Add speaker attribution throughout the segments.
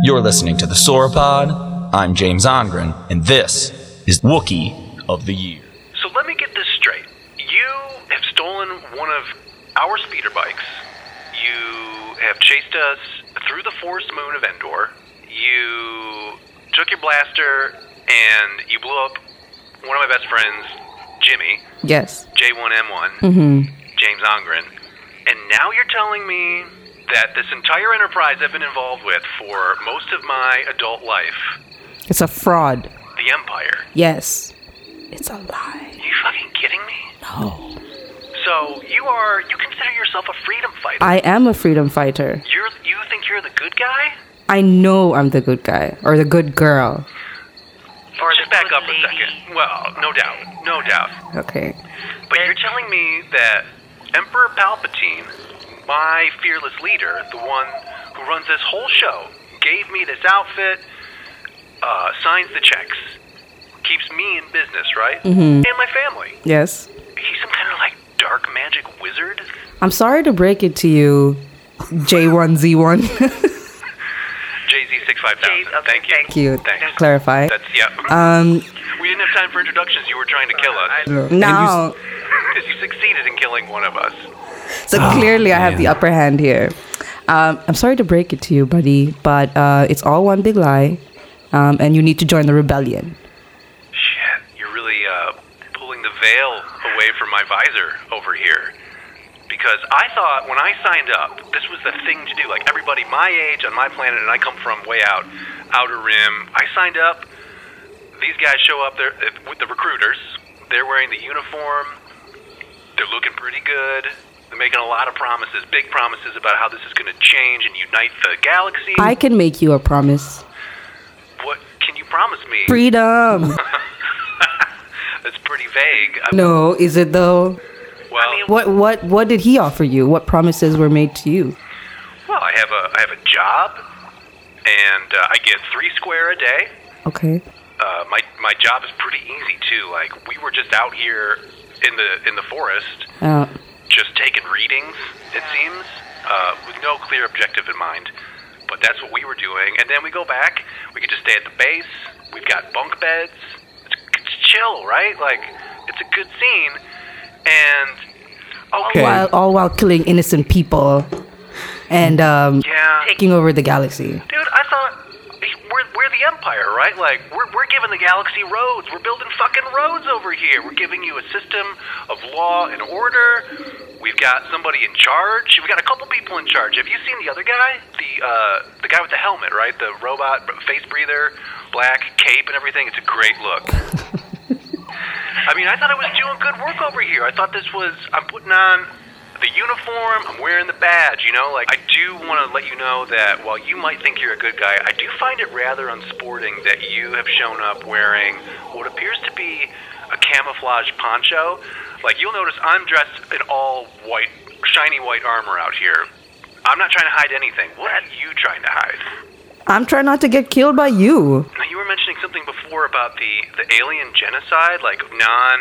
Speaker 1: You're listening to the Sauropod. I'm James Ongren, and this is Wookiee of the Year.
Speaker 2: So let me get this straight. You have stolen one of our speeder bikes. You have chased us through the forest moon of Endor. You took your blaster and you blew up one of my best friends, Jimmy,
Speaker 3: Yes.
Speaker 2: J1M1, James Ongren. And now you're telling me that this entire enterprise I've been involved with for most of my adult life,
Speaker 3: It's a fraud.
Speaker 2: the Empire.
Speaker 3: Yes. It's a lie.
Speaker 2: Are you fucking kidding me?
Speaker 3: No.
Speaker 2: So you are you consider yourself a freedom fighter?
Speaker 3: I am a freedom fighter.
Speaker 2: You're you think you're the good guy?
Speaker 3: I know I'm the good guy or the good girl.
Speaker 2: Or just back up a second. Well, no doubt, no doubt.
Speaker 3: Okay.
Speaker 2: But you're telling me that Emperor Palpatine, my fearless leader, the one who runs this whole show, gave me this outfit, uh, signs the checks, keeps me in business, right?
Speaker 3: Mm-hmm.
Speaker 2: And my family.
Speaker 3: Yes.
Speaker 2: He's some kind of like dark magic wizard.
Speaker 3: I'm sorry to break it to you, J1Z1.
Speaker 2: JZ six five thousand.
Speaker 4: Jay- okay,
Speaker 2: Thank you.
Speaker 4: thank
Speaker 3: you.
Speaker 2: Thanks.
Speaker 3: Clarify. Uh,
Speaker 2: That's yeah. Um. We didn't have time for introductions. You were trying to kill us.
Speaker 3: Now,
Speaker 2: you succeeded in killing one of us.
Speaker 3: so clearly I have the upper hand here. Um, I'm sorry to break it to you, buddy, but uh, it's all one big lie, um, and you need to join the rebellion.
Speaker 2: Shit, you're really uh, pulling the veil away from my visor over here. Because I thought when I signed up, this was the thing to do. Like everybody my age on my planet, and I come from way out, outer rim. I signed up. These guys show up there uh, with the recruiters. They're wearing the uniform. They're looking pretty good. They're making a lot of promises, big promises about how this is going to change and unite the galaxy.
Speaker 3: I can make you a promise.
Speaker 2: what can you promise me?
Speaker 3: Freedom!
Speaker 2: That's pretty vague. I-
Speaker 3: No, is it though?
Speaker 2: Well,
Speaker 3: What what what did he offer you? What promises were made to you?
Speaker 2: well, I have a I have a job, and uh, I get three square a day.
Speaker 3: Okay.
Speaker 2: Uh, my my job is pretty easy too. Like we were just out here in the in the forest,
Speaker 3: Uh,
Speaker 2: just taking readings. It seems uh, with no clear objective in mind, but that's what we were doing. And then we go back. We can just stay at the base. We've got bunk beds. It's, it's chill, right? Like it's a good scene. And oh, okay,
Speaker 3: while, all while killing innocent people and um,
Speaker 2: yeah.
Speaker 3: taking over the galaxy.
Speaker 2: Dude, I thought we're, we're the empire, right? Like we're, we're giving the galaxy roads. We're building fucking roads over here. We're giving you a system of law and order. We've got somebody in charge. We've got a couple people in charge. Have you seen the other guy? The uh, the guy with the helmet, right? The robot face breather, black cape and everything. It's a great look. I mean, I thought I was doing good work over here. I thought this was, I'm putting on the uniform, I'm wearing the badge, you know? Like, I do want to let you know that while you might think you're a good guy, I do find it rather unsporting that you have shown up wearing what appears to be a camouflage poncho. Like, you'll notice I'm dressed in all white, shiny white armor out here. I'm not trying to hide anything. What are you trying to hide?
Speaker 3: I'm trying not to get killed by you.
Speaker 2: Now, you were mentioning something before about the, the alien genocide, like non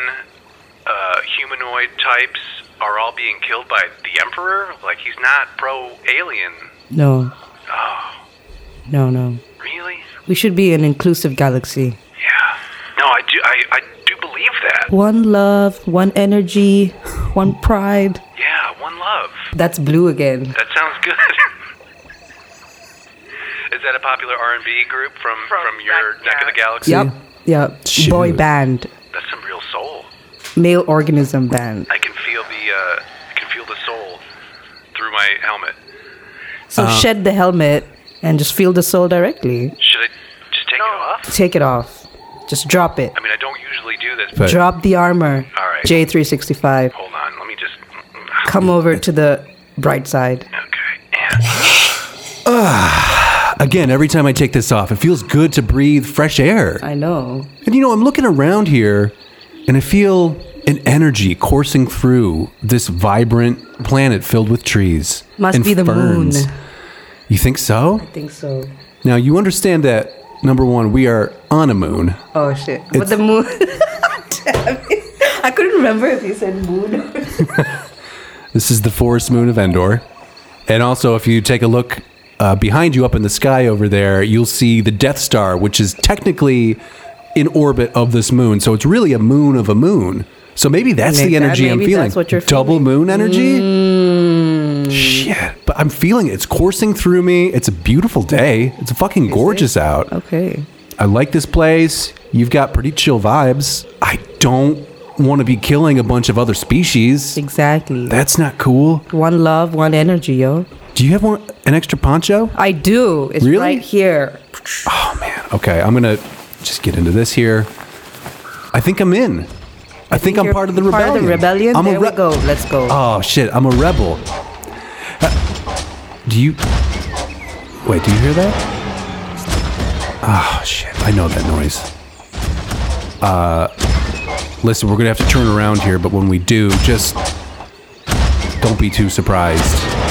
Speaker 2: uh, humanoid types are all being killed by the Emperor. Like, he's not pro alien.
Speaker 3: No,
Speaker 2: Oh,
Speaker 3: no, no.
Speaker 2: really?
Speaker 3: We should be an inclusive galaxy.
Speaker 2: Yeah. No, I do, I, I do believe that.
Speaker 3: One love, one energy, one pride.
Speaker 2: Yeah, one love.
Speaker 3: That's blue again.
Speaker 2: That sounds good. Is that a popular R&B group from, from,
Speaker 4: From
Speaker 2: your
Speaker 4: that-
Speaker 2: neck of the galaxy?
Speaker 3: Yep, yep. Boy band,
Speaker 2: That's some real soul.
Speaker 3: male organism band.
Speaker 2: I can feel the, uh, I can feel the soul through my helmet.
Speaker 3: So shed the helmet and just feel the soul directly.
Speaker 2: Should I just take it off?
Speaker 3: Take it off. Just drop it.
Speaker 2: I mean, I don't usually do this, but
Speaker 5: But
Speaker 3: Drop the armor.
Speaker 2: All right.
Speaker 3: J365.
Speaker 2: hold on. Let me just. mm,
Speaker 3: Come over to the bright side.
Speaker 2: Okay. And
Speaker 5: again, every time I take this off, it feels good to breathe fresh air.
Speaker 3: I know.
Speaker 5: And you know, I'm looking around here and I feel an energy coursing through this vibrant planet filled with trees.
Speaker 3: Must
Speaker 5: and
Speaker 3: be the moon.
Speaker 5: ferns. You think so?
Speaker 3: I think so.
Speaker 5: Now, you understand that, number one, we are on a moon.
Speaker 3: Oh shit. but the moon. Damn it. I couldn't remember if you said moon.
Speaker 5: This is the forest moon of Endor. And also, if you take a look uh, behind you up in the sky over there, you'll see the Death Star, which is technically in orbit of this moon. So it's really a moon of a moon. So maybe that's
Speaker 3: Maybe
Speaker 5: the
Speaker 3: that-
Speaker 5: energy I'm
Speaker 3: maybe
Speaker 5: feeling.
Speaker 3: that's what you're Mm.
Speaker 5: Double moon energy? Shit. But I'm feeling it. It's coursing through me. It's a beautiful day. It's fucking gorgeous out.
Speaker 3: Okay.
Speaker 5: I like this place. You've got pretty chill vibes. I don't want to be killing a bunch of other species.
Speaker 3: Exactly.
Speaker 5: That's not cool.
Speaker 3: one love, one energy, yo.
Speaker 5: Do you have one, an extra poncho?
Speaker 3: I do. It's
Speaker 5: Really?
Speaker 3: right here.
Speaker 5: Oh man. Okay, I'm gonna just get into this here. I think I'm in. I, think, I'm
Speaker 3: You're
Speaker 5: part of the rebellion.
Speaker 3: Part of the rebellion.
Speaker 5: I'm
Speaker 3: there
Speaker 5: a re-
Speaker 3: we go. Let's go.
Speaker 5: Oh shit! I'm a rebel. Uh, Do you? Wait, do you hear that? Oh shit! I know that noise. Uh, listen, we're gonna have to turn around here, but when we do, just don't be too surprised.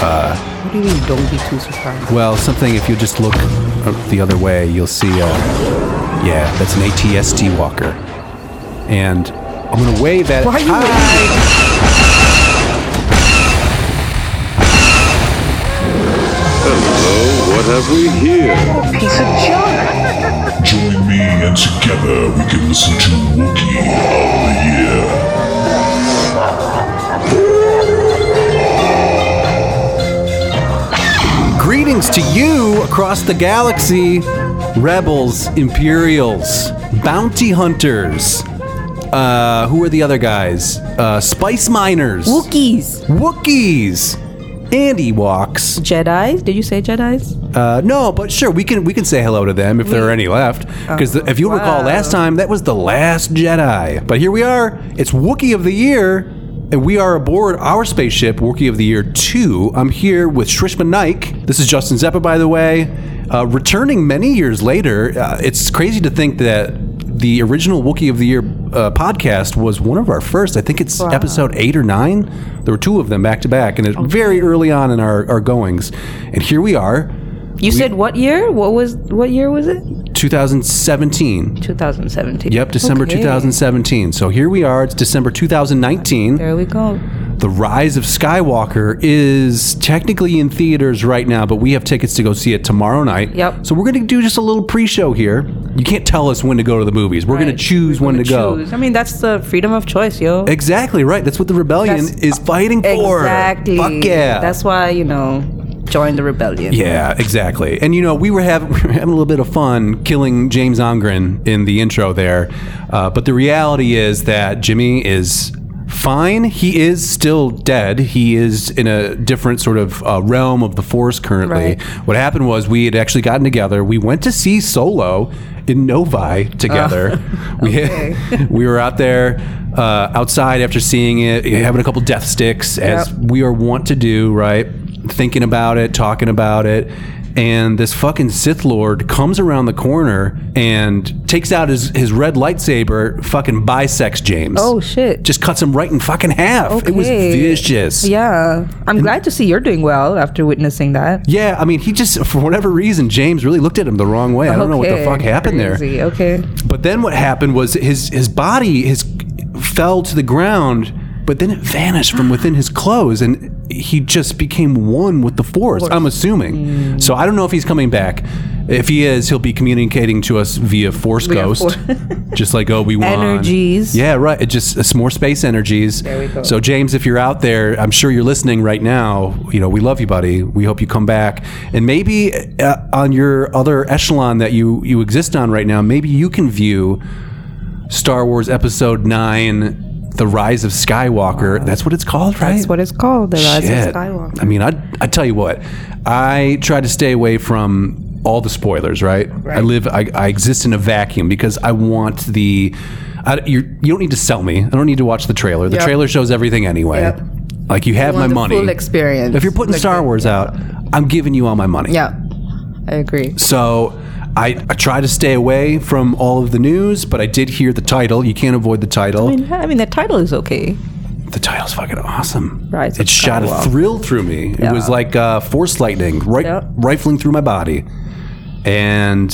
Speaker 3: what do you mean? Don't be too surprised.
Speaker 5: Well, something. If you just look uh, the other way, you'll see. Uh, yeah, that's an ATST walker, and I'm gonna wave at.
Speaker 3: Why are you
Speaker 5: Hi.
Speaker 4: Hello, what have we here?
Speaker 6: Join me, and together we can listen to Wookiee of the Year.
Speaker 5: Greetings to you across the galaxy, rebels, imperials, bounty hunters. Uh, who are the other guys? Uh, spice miners,
Speaker 3: Wookiees.
Speaker 5: Wookiees, and Ewoks.
Speaker 3: Jedi's? Did you say Jedi's?
Speaker 5: Uh, no, but sure, we can we can say hello to them if there are any left. Because if you recall
Speaker 3: wow.
Speaker 5: last time, that was the last Jedi. But here we are. It's Wookiee of the Year, and we are aboard our spaceship, Wookiee of the Year Two. I'm here with Shrishma Naik. This is Justin Zeppa, by the way. Uh, returning many years later, uh, it's crazy to think that the original Wookiee of the Year uh, podcast was one of our first. I think it's episode eight or nine. There were two of them back to back, and it's very early on in our, our goings. And here we are.
Speaker 3: You said what year? What was what year was it?
Speaker 5: 2017.
Speaker 3: 2017.
Speaker 5: Yep, December
Speaker 3: Okay.
Speaker 5: 2017. So here we are. It's December 2019.
Speaker 3: There we go.
Speaker 5: The Rise of Skywalker is technically in theaters right now, but we have tickets to go see it tomorrow night.
Speaker 3: Yep.
Speaker 5: So we're going to do just a little pre-show here. You can't tell us when to go to the movies. We're going
Speaker 3: Right.
Speaker 5: to choose
Speaker 3: We're
Speaker 5: when to
Speaker 3: gonna
Speaker 5: go.
Speaker 3: choose. I mean, that's the freedom of choice, yo.
Speaker 5: Exactly right. That's what the rebellion
Speaker 3: That's-
Speaker 5: is fighting for.
Speaker 3: Exactly.
Speaker 5: Fuck yeah.
Speaker 3: That's why you know, join the rebellion.
Speaker 5: Yeah, exactly. And you know, we were having we were having a little bit of fun killing James Ongren in the intro there, uh, but the reality is that Jimmy is fine. He is still dead. He is in a different sort of uh, realm of the Force currently.
Speaker 3: Right.
Speaker 5: What happened was we had actually gotten together. We went to see Solo in Novi together.
Speaker 3: Oh,
Speaker 5: we we were out there. Uh, outside after seeing it, having a couple death sticks, as
Speaker 3: Yep.
Speaker 5: we are wont to do, right? Thinking about it, talking about it. And this fucking Sith Lord comes around the corner and takes out his, his red lightsaber, fucking bisects James.
Speaker 3: Oh shit.
Speaker 5: Just cuts him right in fucking half. It was
Speaker 3: Okay.
Speaker 5: vicious.
Speaker 3: yeah. I'm glad to see you're doing well after witnessing that.
Speaker 5: Yeah, I mean, he just, for whatever reason, James really looked at him the wrong way. I don't know what the
Speaker 3: Okay,
Speaker 5: fuck happened there.
Speaker 3: crazy. Okay.
Speaker 5: But then what happened was his his body his fell to the ground, but then it vanished from within his clothes, and he just became one with the force. Hmm. I'm assuming. So I don't know if he's coming back. If he is, he'll be communicating to us via Force Ghost,
Speaker 3: for-
Speaker 5: just like Obi Wan.
Speaker 3: Energies.
Speaker 5: Yeah, right. It just it's more space energies. There
Speaker 3: we go.
Speaker 5: So James, if you're out there, I'm sure you're listening right now. You know, we love you, buddy. We hope you come back, and maybe uh, on your other echelon that you you exist on right now, maybe you can view Star Wars Episode Nine: The Rise of Skywalker. That's what it's called, right?
Speaker 3: That's what it's called, the Rise
Speaker 5: Shit.
Speaker 3: of Skywalker.
Speaker 5: I mean, I I tell you what, I try to stay away from all the spoilers. Right? I live, I, I exist in a vacuum because I want the. I, you're, you don't need to sell me. I don't need to watch the trailer. The
Speaker 3: Yep.
Speaker 5: trailer shows everything anyway.
Speaker 3: Yep.
Speaker 5: Like you have
Speaker 3: want
Speaker 5: my
Speaker 3: the
Speaker 5: money.
Speaker 3: full experience.
Speaker 5: If you're putting
Speaker 3: Like
Speaker 5: Star
Speaker 3: the-
Speaker 5: Wars out, I'm giving you all my money.
Speaker 3: Yeah. I agree.
Speaker 5: So I, I try to stay away from all of the news, but I did hear the title. You can't avoid the title.
Speaker 3: I mean, I mean, the title is okay.
Speaker 5: The title's fucking awesome.
Speaker 3: Rise
Speaker 5: It
Speaker 3: of
Speaker 5: shot a
Speaker 3: Skywalker.
Speaker 5: thrill through me. It was
Speaker 3: Yeah.
Speaker 5: like uh, force lightning, right,
Speaker 3: Yep.
Speaker 5: rifling through my body. And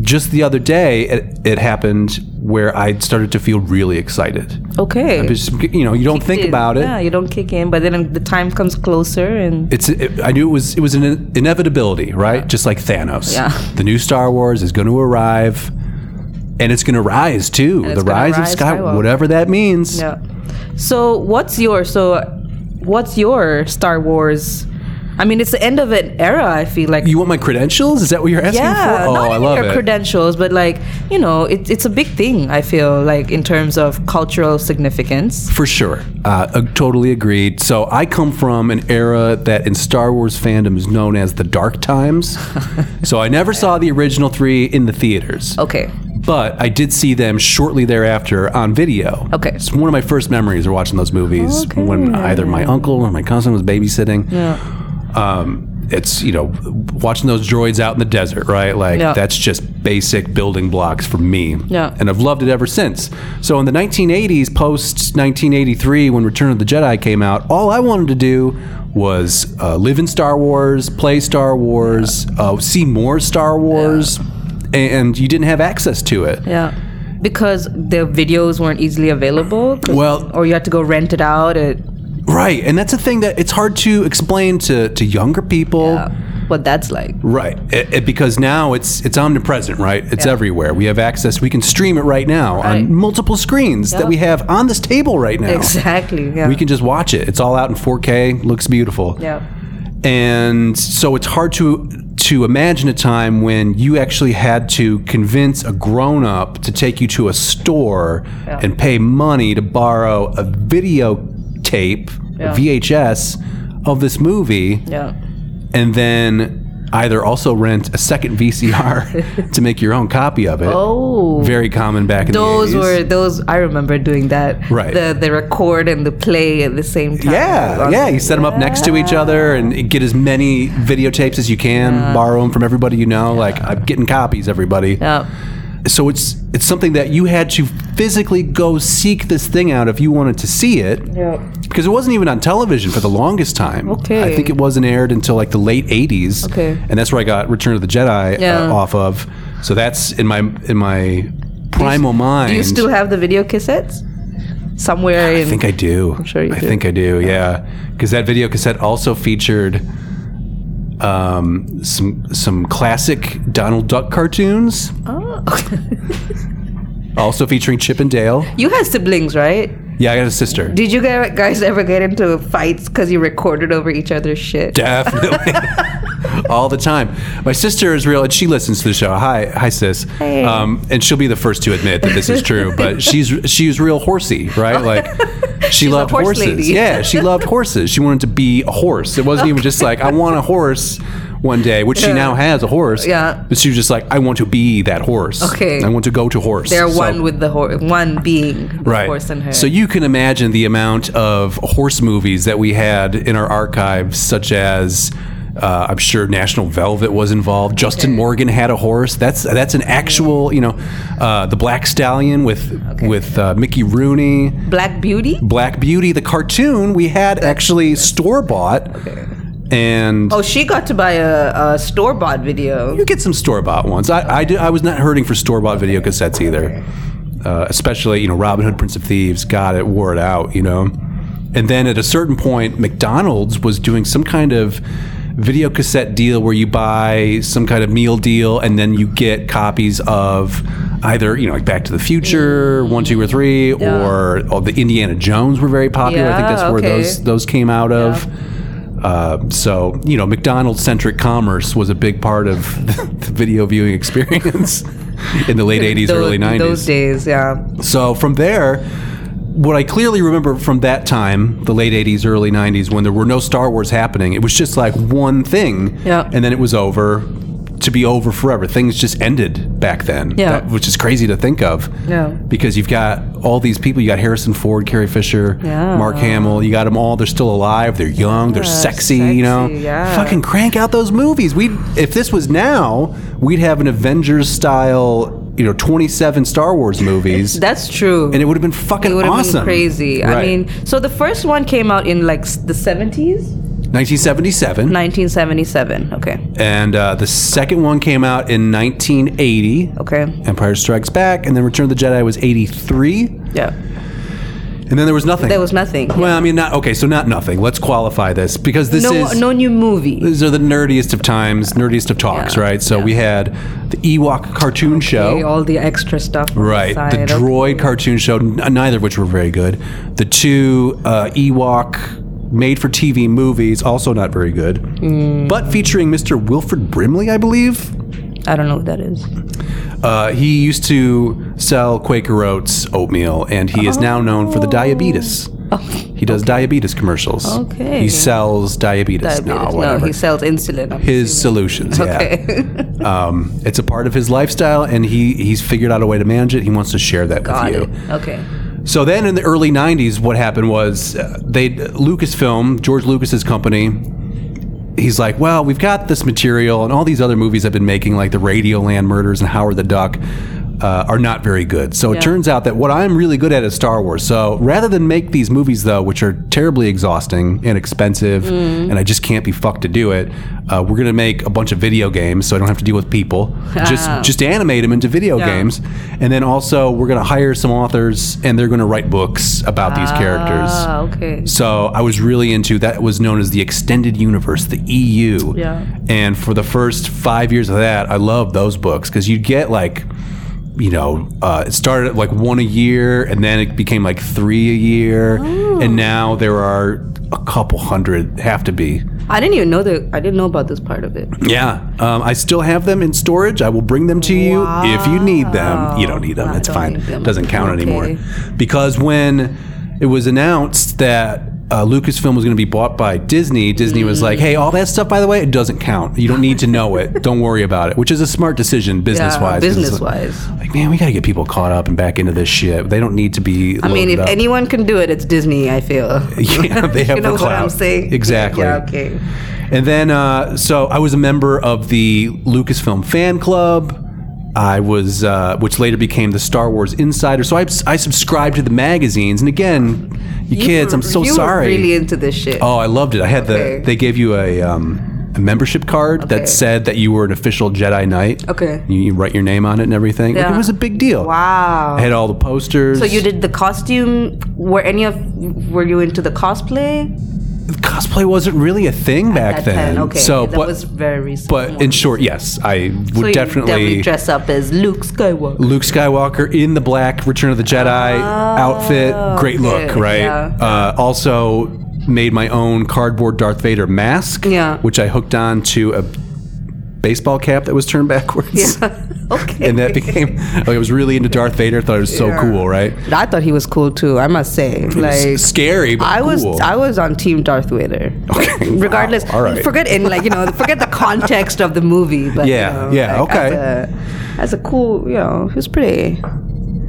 Speaker 5: just the other day, it, it happened where I started to feel really excited.
Speaker 3: Okay.
Speaker 5: It's just, you know, you don't think
Speaker 3: It-
Speaker 5: about it.
Speaker 3: Yeah, you don't kick in, but then the time comes closer and
Speaker 5: It's it, I knew it was it was an inevitability, right? Just like Thanos.
Speaker 3: Yeah.
Speaker 5: The new Star Wars is going to arrive, and it's going to rise too.
Speaker 3: it's
Speaker 5: the
Speaker 3: gonna
Speaker 5: rise,
Speaker 3: rise,
Speaker 5: of Sky,
Speaker 3: Skywalker.
Speaker 5: whatever that means.
Speaker 3: yeah. So what's your so what's your Star Wars? I mean, it's the end of an era. I feel like
Speaker 5: You want my credentials? Is that what you're asking
Speaker 3: yeah,
Speaker 5: for? Oh,
Speaker 3: not
Speaker 5: I
Speaker 3: even
Speaker 5: love
Speaker 3: your
Speaker 5: it.
Speaker 3: credentials, but like you know, it, it's a big thing. I feel like in terms of cultural significance.
Speaker 5: For sure. Uh, uh, totally agreed. So I come from an era that in Star Wars fandom is known as the Dark Times. so I never saw the original three in the theaters.
Speaker 3: Okay,
Speaker 5: But I did see them shortly thereafter on video.
Speaker 3: Okay.
Speaker 5: It's one of my first memories of watching those movies
Speaker 3: Okay.
Speaker 5: when either my uncle or my cousin was babysitting. Um, it's, you know, watching those droids out in the desert, right? Like,
Speaker 3: Yeah.
Speaker 5: that's just basic building blocks for me.
Speaker 3: Yeah.
Speaker 5: And I've loved it ever since. So in the 1980s, post 1983, when Return of the Jedi came out, all I wanted to do was uh, live in Star Wars, play Star Wars, uh, see more Star Wars, and you didn't have access to it.
Speaker 3: yeah, because the videos weren't easily available. 'cause-
Speaker 5: Well-
Speaker 3: or you had to go rent it out. It,
Speaker 5: Right. And that's a thing that it's hard to explain to, to younger people.
Speaker 3: uh, what that's like.
Speaker 5: Right, it, it- because now it's it's omnipresent, right? It's
Speaker 3: Yeah.
Speaker 5: everywhere. We have access. We can stream it right now
Speaker 3: Right.
Speaker 5: on multiple screens that
Speaker 3: Yeah.
Speaker 5: we have on this table right now.
Speaker 3: Exactly. Yeah.
Speaker 5: We can just watch it. It's all out in 4K. Looks beautiful.
Speaker 3: Yeah.
Speaker 5: And so it's hard to to imagine a time when you actually had to convince a grown up to take you to a store
Speaker 3: Yeah.
Speaker 5: and pay money to borrow a videotape,
Speaker 3: Yeah.
Speaker 5: a VHS of this movie
Speaker 3: Yeah.
Speaker 5: and then either also rent a second VCR to make your own copy of it.
Speaker 3: Oh.
Speaker 5: Very common back in
Speaker 3: Those
Speaker 5: the 80s.
Speaker 3: were those. I remember doing that.
Speaker 5: Right.
Speaker 3: The the record and the play at the same time.
Speaker 5: yeah,
Speaker 3: On-
Speaker 5: yeah. You set them up next to each other and get as many videotapes as you can. Borrow them from everybody you know. Like I'm getting copies, everybody.
Speaker 3: Yeah.
Speaker 5: So it's it's something that you had to physically go seek this thing out if you wanted to see it.
Speaker 3: Yeah.
Speaker 5: because it wasn't even on television for the longest time.
Speaker 3: Okay.
Speaker 5: I think it wasn't aired until like the late '80s.
Speaker 3: Okay.
Speaker 5: and that's where I got Return of the Jedi uh,
Speaker 3: Yeah.
Speaker 5: off of. So that's in my in my primal mind.
Speaker 3: Do you still have the video cassettes somewhere in?
Speaker 5: I think I do. I'm
Speaker 3: sure you
Speaker 5: I
Speaker 3: do.
Speaker 5: think I do. Yeah, because that video cassette also featured um, some some classic Donald Duck cartoons,
Speaker 3: Oh,
Speaker 5: also featuring Chip and Dale.
Speaker 3: you had siblings, right?
Speaker 5: Yeah, I got a sister.
Speaker 3: Did you gu- guys ever get into fights because you recorded over each other's shit?
Speaker 5: Definitely. All the time. My sister is real, and she listens to the show. Hi, hi, sis.
Speaker 3: Hey.
Speaker 5: Um, and she'll be the first to admit that this is true. But she's she's real horsey, right? Like she loved
Speaker 3: horse
Speaker 5: horses.
Speaker 3: lady.
Speaker 5: Yeah, she loved horses. She wanted to be a horse. It wasn't even just like I want a horse one day, which she now has a horse.
Speaker 3: Yeah.
Speaker 5: But she was just like I want to be that horse.
Speaker 3: Okay.
Speaker 5: I want to go to horse.
Speaker 3: They're
Speaker 5: So-
Speaker 3: one with the horse, one being the
Speaker 5: right.
Speaker 3: horse and her.
Speaker 5: So you can imagine the amount of horse movies that we had in our archives, such as. Uh, I'm sure National Velvet was involved. Justin Morgan had a horse. That's that's an actual, you know, uh, the Black Stallion with with uh, Mickey Rooney.
Speaker 3: Black Beauty.
Speaker 5: Black Beauty, the cartoon we had actually store bought, and
Speaker 3: Oh, she got to buy a, a store bought video.
Speaker 5: you get some store bought ones. I I, did, I was not hurting for store bought video cassettes either, uh, especially you know Robin Hood, Prince of Thieves. God, it wore it out, you know. And then at a certain point, McDonald's was doing some kind of video cassette deal where you buy some kind of meal deal and then you get copies of either you know like Back to the Future, one, two, or three, or oh, the Indiana Jones were very popular. I think
Speaker 3: Yeah,
Speaker 5: that's where
Speaker 3: okay.
Speaker 5: those those came out of. Uh, so you know, McDonald's centric commerce was a big part of the video viewing experience in the late '80s,
Speaker 3: Those-
Speaker 5: early '90s.
Speaker 3: Those days, yeah.
Speaker 5: So from there, what I clearly remember from that time, the late 80s, early 90s, when there were no Star Wars happening, it was just like one thing.
Speaker 3: Yeah.
Speaker 5: And then it was over to be over forever. Things just ended back then.
Speaker 3: Yeah.
Speaker 5: which is crazy to think of.
Speaker 3: Yeah.
Speaker 5: Because you've got all these people. You got Harrison Ford, Carrie Fisher,
Speaker 3: Yeah.
Speaker 5: Mark Hamill. You got them all. They're still alive. They're young. They're sexy, you know.
Speaker 3: sexy, yeah.
Speaker 5: Fucking crank out those movies. We if this was now, we'd have an Avengers style, you know, 27 Star Wars movies.
Speaker 3: That's true.
Speaker 5: and it would have been fucking
Speaker 3: It would have
Speaker 5: awesome.
Speaker 3: been crazy. I
Speaker 5: Right.
Speaker 3: mean, so the first one came out in like s- the 70s?
Speaker 5: 1977.
Speaker 3: 1977. Okay.
Speaker 5: And uh, the second one came out in 1980.
Speaker 3: Okay.
Speaker 5: Empire Strikes Back, and then Return of the Jedi was 83.
Speaker 3: Yeah.
Speaker 5: And then there was nothing.
Speaker 3: There was nothing.
Speaker 5: Well, I mean, not okay. So not nothing. Let's qualify this because this
Speaker 3: no,
Speaker 5: is
Speaker 3: no new movie.
Speaker 5: these are the nerdiest of times, nerdiest of talks,
Speaker 3: Yeah.
Speaker 5: right? So we had the Ewok cartoon show,
Speaker 3: Okay, all the extra stuff. on
Speaker 5: Oh. right? The
Speaker 3: side, okay.
Speaker 5: droid cartoon show, n- neither of which were very good. The two uh, Ewok made-for-TV movies, also not very good,
Speaker 3: Mm.
Speaker 5: but featuring Mr. Wilfred Brimley, I believe.
Speaker 3: I don't know what that is.
Speaker 5: Uh, he used to sell Quaker Oats oatmeal, and he is now known for the diabetes. He does diabetes commercials.
Speaker 3: Oh. Okay.
Speaker 5: He sells diabetes, now,
Speaker 3: Diabetes.
Speaker 5: whatever.
Speaker 3: he sells insulin. I'm
Speaker 5: his solutions,
Speaker 3: assuming.
Speaker 5: yeah.
Speaker 3: Okay.
Speaker 5: Um, it's a part of his lifestyle, and he, he's figured out a way to manage it. He wants to share that
Speaker 3: Got
Speaker 5: with you.
Speaker 3: it. Okay.
Speaker 5: So then, in the early '90s, what happened was uh, they Lucasfilm, George Lucas's company. He's like, well, we've got this material, and all these other movies I've been making, like the Radioland Murders and Howard the Duck, uh, are not very good. So it turns out that what I'm really good at is Star Wars. So rather than make these movies though, which are terribly exhausting and expensive, and I just can't be fucked to do it, uh, we're gonna make a bunch of video games, so I don't have to deal with people. Just just animate them into video
Speaker 3: Yeah.
Speaker 5: games. And then also, we're going to hire some authors and they're going to write books about these
Speaker 3: Ah,
Speaker 5: characters.
Speaker 3: okay.
Speaker 5: So I was really into that was known as the extended universe, the EU.
Speaker 3: Yeah.
Speaker 5: And for the first 5 years of that, I loved those books cuz you'd get like you know, uh, it started at like one a year, and then it became like three a year, and now there are a couple hundred. Have to be,
Speaker 3: I didn't even know that. I didn't know about this part of it.
Speaker 5: yeah, um, I still have them in storage. I will bring them to you if you need them. You don't need them.
Speaker 3: I
Speaker 5: It's
Speaker 3: don't
Speaker 5: fine.
Speaker 3: need them.
Speaker 5: Doesn't count
Speaker 3: Okay.
Speaker 5: anymore. Because when it was announced that uh, Lucasfilm was going to be bought by Disney, Disney was
Speaker 3: Mm.
Speaker 5: like, "Hey, all that stuff, by the way, it doesn't count. You don't need to know it. Don't worry about it." Which is a smart decision, business wise.
Speaker 3: business wise.
Speaker 5: Like, man, we got to get people caught up and back into this shit. They don't need to be.
Speaker 3: I mean,
Speaker 5: loaded
Speaker 3: if
Speaker 5: up.
Speaker 3: anyone can do it, it's Disney. I feel.
Speaker 5: yeah, they have
Speaker 3: you know
Speaker 5: the
Speaker 3: what I'm
Speaker 5: clout.
Speaker 3: saying?
Speaker 5: Exactly.
Speaker 3: Yeah. Okay.
Speaker 5: And then, uh, so I was a member of the Lucasfilm fan club. I was, uh, which later became the Star Wars Insider. So I, I subscribed to the magazines. And again, you, kids, I'm so
Speaker 3: you were
Speaker 5: sorry.
Speaker 3: really into this shit.
Speaker 5: oh, I loved it. I had
Speaker 3: Okay.
Speaker 5: the. They gave you a. Um, a membership card
Speaker 3: Okay.
Speaker 5: that said that you were an official Jedi Knight.
Speaker 3: Okay.
Speaker 5: You, you write your name on it and everything. Like,
Speaker 3: Yeah.
Speaker 5: it was a big deal.
Speaker 3: Wow.
Speaker 5: I had all the posters.
Speaker 3: So you did the costume. Were any of were you into the cosplay
Speaker 5: cosplay wasn't really a thing back
Speaker 3: That
Speaker 5: then.
Speaker 3: time, Okay,
Speaker 5: So,
Speaker 3: that
Speaker 5: but
Speaker 3: was very recent.
Speaker 5: But in short, yes, I would
Speaker 3: So you
Speaker 5: definitely,
Speaker 3: dress up as Luke Skywalker.
Speaker 5: Luke Skywalker in the black Return of the Jedi outfit. Great look,
Speaker 3: Oh, okay,
Speaker 5: right?
Speaker 3: yeah.
Speaker 5: Uh, also made my own cardboard Darth Vader mask,
Speaker 3: Yeah.
Speaker 5: which I hooked on to a baseball cap that was turned backwards.
Speaker 3: okay.
Speaker 5: And that became, like, I was really into Darth Vader. Thought it was so cool, right?
Speaker 3: I thought he was cool too. I must say,
Speaker 5: It
Speaker 3: like
Speaker 5: was scary, but
Speaker 3: I was
Speaker 5: cool.
Speaker 3: I was on Team Darth Vader.
Speaker 5: Okay, wow,
Speaker 3: Regardless,
Speaker 5: all right.
Speaker 3: forget in like you know forget the context of the movie, but
Speaker 5: Yeah,
Speaker 3: you know,
Speaker 5: yeah,
Speaker 3: like,
Speaker 5: okay.
Speaker 3: As a, as a cool, you know, he was pretty.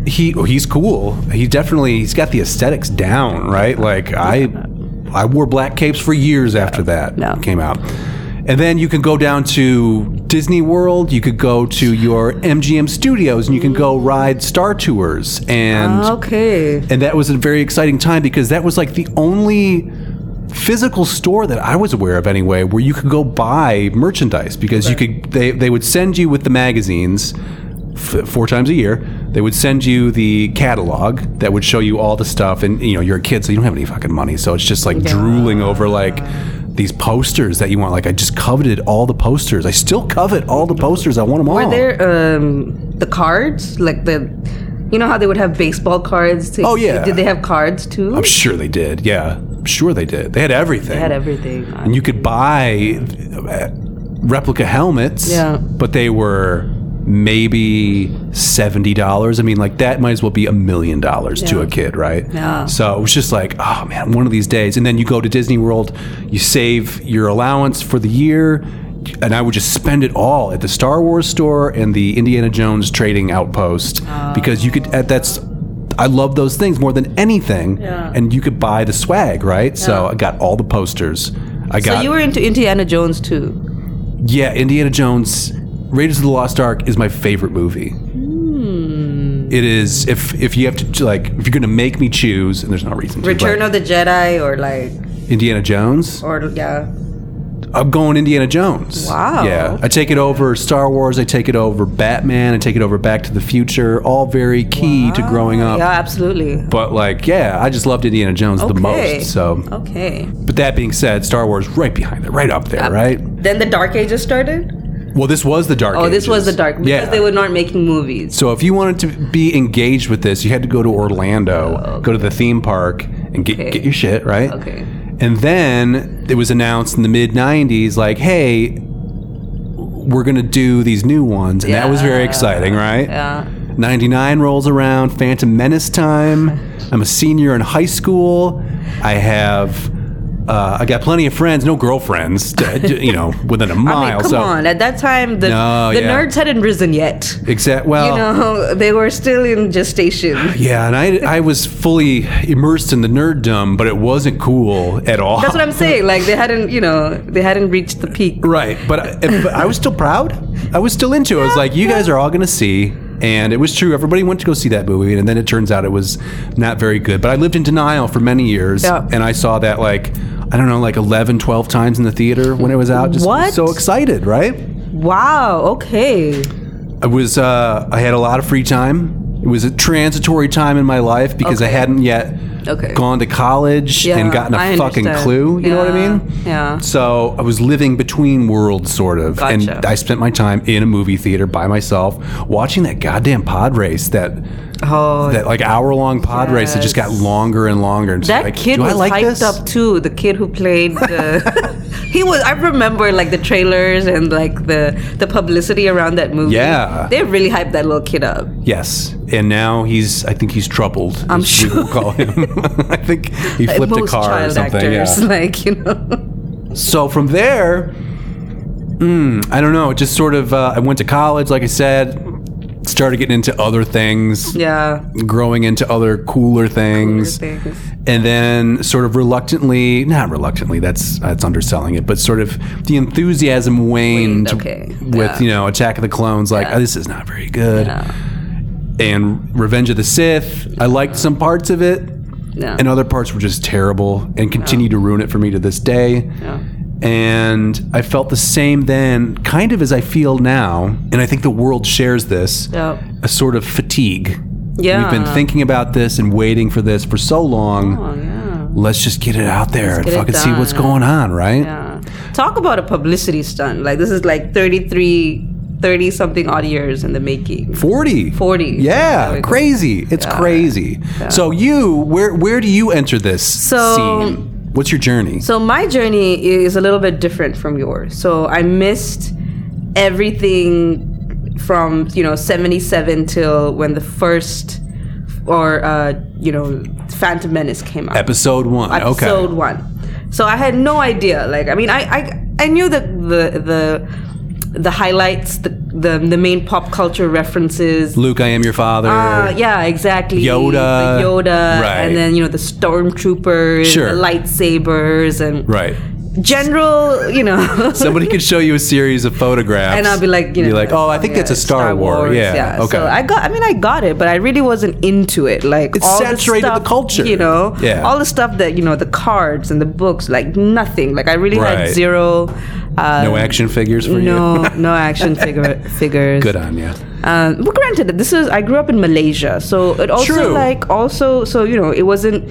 Speaker 5: he oh, he's cool. He definitely he's got the aesthetics down, right? Like I I wore black capes for years after that
Speaker 3: No.
Speaker 5: came out. And then you can go down to Disney World, you could go to your MGM Studios and you can go ride Star Tours and
Speaker 3: Oh, Okay.
Speaker 5: and that was a very exciting time because that was like the only physical store that I was aware of anyway where you could go buy merchandise because you could they they would send you with the magazines f- four times a year they would send you the catalog that would show you all the stuff and you know you're a kid so you don't have any fucking money so it's just like drooling over like these posters that you want like I just coveted all the posters I still covet all the posters I want them all
Speaker 3: Were there um, the cards like the, you know how they would have baseball cards? To,
Speaker 5: Oh, yeah.
Speaker 3: Did they have cards too?
Speaker 5: I'm sure they did yeah I'm sure they did they had everything
Speaker 3: they had everything. Uh,
Speaker 5: and you could buy uh, replica helmets.
Speaker 3: Yeah.
Speaker 5: But they were maybe seventy dollars. I mean, like that might as well be a million dollars to
Speaker 3: Yeah.
Speaker 5: a kid, right?
Speaker 3: Yeah.
Speaker 5: So it was just like, oh man, one of these days. And then you go to Disney World, you save your allowance for the year. And I would just spend it all at the Star Wars store and the Indiana Jones trading outpost
Speaker 3: Oh.
Speaker 5: because you could. uh, That's I love those things more than anything. Yeah. And you could buy the swag, right? So I got all the posters. I got
Speaker 3: so you were into Indiana Jones too.
Speaker 5: yeah, Indiana Jones, Raiders of the Lost Ark is my favorite movie.
Speaker 3: Hmm.
Speaker 5: It is if if you have to like if you're gonna make me choose, and there's no reason. To,
Speaker 3: Return
Speaker 5: but
Speaker 3: of the Jedi or like
Speaker 5: Indiana Jones.
Speaker 3: Or yeah,
Speaker 5: I'm going Indiana Jones.
Speaker 3: Wow.
Speaker 5: Yeah. I take it over Star Wars. I take it over Batman. I take it over Back to the Future. All very key to growing up.
Speaker 3: yeah, absolutely.
Speaker 5: But like, yeah, I just loved Indiana Jones the
Speaker 3: Okay. Oh.
Speaker 5: most. So,
Speaker 3: Okay. Uh,
Speaker 5: but that being said, Star Wars right behind it, right up there, right?
Speaker 3: Then the Dark Ages started.
Speaker 5: Well, this was the dark.
Speaker 3: Oh, this was the
Speaker 5: Ages.
Speaker 3: Dark because
Speaker 5: yeah.
Speaker 3: they were not making movies.
Speaker 5: So if you wanted to be engaged with this, you had to go to Orlando, go to the theme park, and get
Speaker 3: Oh, Okay.
Speaker 5: get your shit right.
Speaker 3: Okay.
Speaker 5: And then it was announced in the mid '90s, like, hey, we're gonna do these new ones, and that was very exciting, right?
Speaker 3: Yeah.
Speaker 5: 99 rolls around, Phantom Menace time. I'm a senior in high school. I have, uh, I got plenty of friends, no girlfriends, to- to- you know, within a mile.
Speaker 3: I mean, come
Speaker 5: so,
Speaker 3: on. At that time, the
Speaker 5: No,
Speaker 3: the
Speaker 5: yeah.
Speaker 3: nerds hadn't risen yet.
Speaker 5: Exact. Well,
Speaker 3: you know, they were still in gestation.
Speaker 5: Yeah, and I, I was fully immersed in the nerddom, but it wasn't cool at all.
Speaker 3: That's what I'm saying. Like they hadn't, you know, they hadn't reached the peak.
Speaker 5: Right, but I, but I was still proud. I was still into it. I was like, you guys are all going to see. And it was true. Everybody went to go see that movie, and then it turns out it was not very good. But I lived in denial for many years,
Speaker 3: Yeah.
Speaker 5: and I saw that like, I don't know, like 11, 12 times in the theater when it was out. Just
Speaker 3: What?
Speaker 5: so excited, right?
Speaker 3: Wow. Okay.
Speaker 5: I was uh, I had a lot of free time. It was a transitory time in my life because I
Speaker 3: Okay.
Speaker 5: hadn't yet
Speaker 3: Okay.
Speaker 5: gone to college
Speaker 3: Yeah,
Speaker 5: and gotten a
Speaker 3: I
Speaker 5: fucking
Speaker 3: understand.
Speaker 5: clue. You know what I
Speaker 3: Yeah,
Speaker 5: mean?
Speaker 3: yeah.
Speaker 5: So I was living between worlds, sort of, and
Speaker 3: Gotcha.
Speaker 5: I spent my time in a movie theater by myself watching that goddamn pod race that.
Speaker 3: Oh,
Speaker 5: That like hour long pod race that just got
Speaker 3: yes.
Speaker 5: longer and longer. And just
Speaker 3: That
Speaker 5: like,
Speaker 3: kid
Speaker 5: do I
Speaker 3: was
Speaker 5: like
Speaker 3: hyped
Speaker 5: this?
Speaker 3: up too. The kid who played. The, he was. I remember like the trailers and like the the publicity around that movie.
Speaker 5: Yeah.
Speaker 3: They really hyped that little kid up.
Speaker 5: Yes, and now he's. I think he's troubled.
Speaker 3: I'm
Speaker 5: is what we would
Speaker 3: sure.
Speaker 5: call him. I think he
Speaker 3: Like
Speaker 5: flipped a
Speaker 3: most
Speaker 5: car or
Speaker 3: child
Speaker 5: something. yeah.
Speaker 3: actors, like you know.
Speaker 5: So from there, mm, I don't know. It Just sort of, uh, I went to college, like I said, started getting into other things,
Speaker 3: Yeah.
Speaker 5: growing into other cooler things,
Speaker 3: things.
Speaker 5: and then sort of reluctantly, not reluctantly, that's that's underselling it, but sort of the enthusiasm waned
Speaker 3: Waned, okay.
Speaker 5: with
Speaker 3: Yeah.
Speaker 5: you know Attack of the Clones, like
Speaker 3: Yeah.
Speaker 5: "Oh, this is not very good, and Revenge of the Sith. I liked some parts of it.
Speaker 3: Yeah.
Speaker 5: And other parts were just terrible and continue to ruin it for me to this day.
Speaker 3: Yeah.
Speaker 5: And I felt the same then, kind of as I feel now. And I think the world shares this
Speaker 3: Yeah.
Speaker 5: a sort of fatigue.
Speaker 3: Yeah.
Speaker 5: We've been thinking about this and waiting for this for so long.
Speaker 3: Oh, yeah.
Speaker 5: Let's just get it out there and
Speaker 3: get it
Speaker 5: fucking see what's
Speaker 3: done.
Speaker 5: going on, right?
Speaker 3: Yeah. Talk about a publicity stunt. Like this is like 33, 30 something odd years in the making.
Speaker 5: 40.
Speaker 3: 40. There
Speaker 5: Yeah,
Speaker 3: we go.
Speaker 5: crazy. It's crazy. So you, where where do you enter this
Speaker 3: So-
Speaker 5: scene? What's your journey?
Speaker 3: So my journey is a little bit different from yours. So I missed everything from you know 77 till when the first or uh, you know Phantom Menace came out.
Speaker 5: episode 1. okay.
Speaker 3: episode one. So I had no idea. Like I mean, I I, I knew the the the the highlights, the, the the main pop culture references.
Speaker 5: Luke, I am your father.
Speaker 3: Uh, yeah, exactly.
Speaker 5: Yoda.
Speaker 3: the Yoda,
Speaker 5: Right.
Speaker 3: and then you know the stormtroopers,
Speaker 5: Sure.
Speaker 3: the lightsabers, and
Speaker 5: Right.
Speaker 3: general, you know.
Speaker 5: Somebody could show you a series of photographs,
Speaker 3: and I'll be like, you know,
Speaker 5: You're like, oh, I think
Speaker 3: yeah,
Speaker 5: that's a Star, War. Yeah, okay.
Speaker 3: So I got. I mean, I got it, but I really wasn't into it. Like
Speaker 5: It
Speaker 3: all
Speaker 5: saturated
Speaker 3: the,
Speaker 5: the
Speaker 3: stuff,
Speaker 5: culture.
Speaker 3: You know,
Speaker 5: Yeah.
Speaker 3: all the stuff that you know, the cards and the books, like nothing. Like I really
Speaker 5: Right.
Speaker 3: had zero. Uh,
Speaker 5: no action figures for
Speaker 3: no,
Speaker 5: you.
Speaker 3: no action figure figures.
Speaker 5: Good on you.
Speaker 3: Um, but granted, this is I grew up in Malaysia, so it also
Speaker 5: True.
Speaker 3: like also so you know it wasn't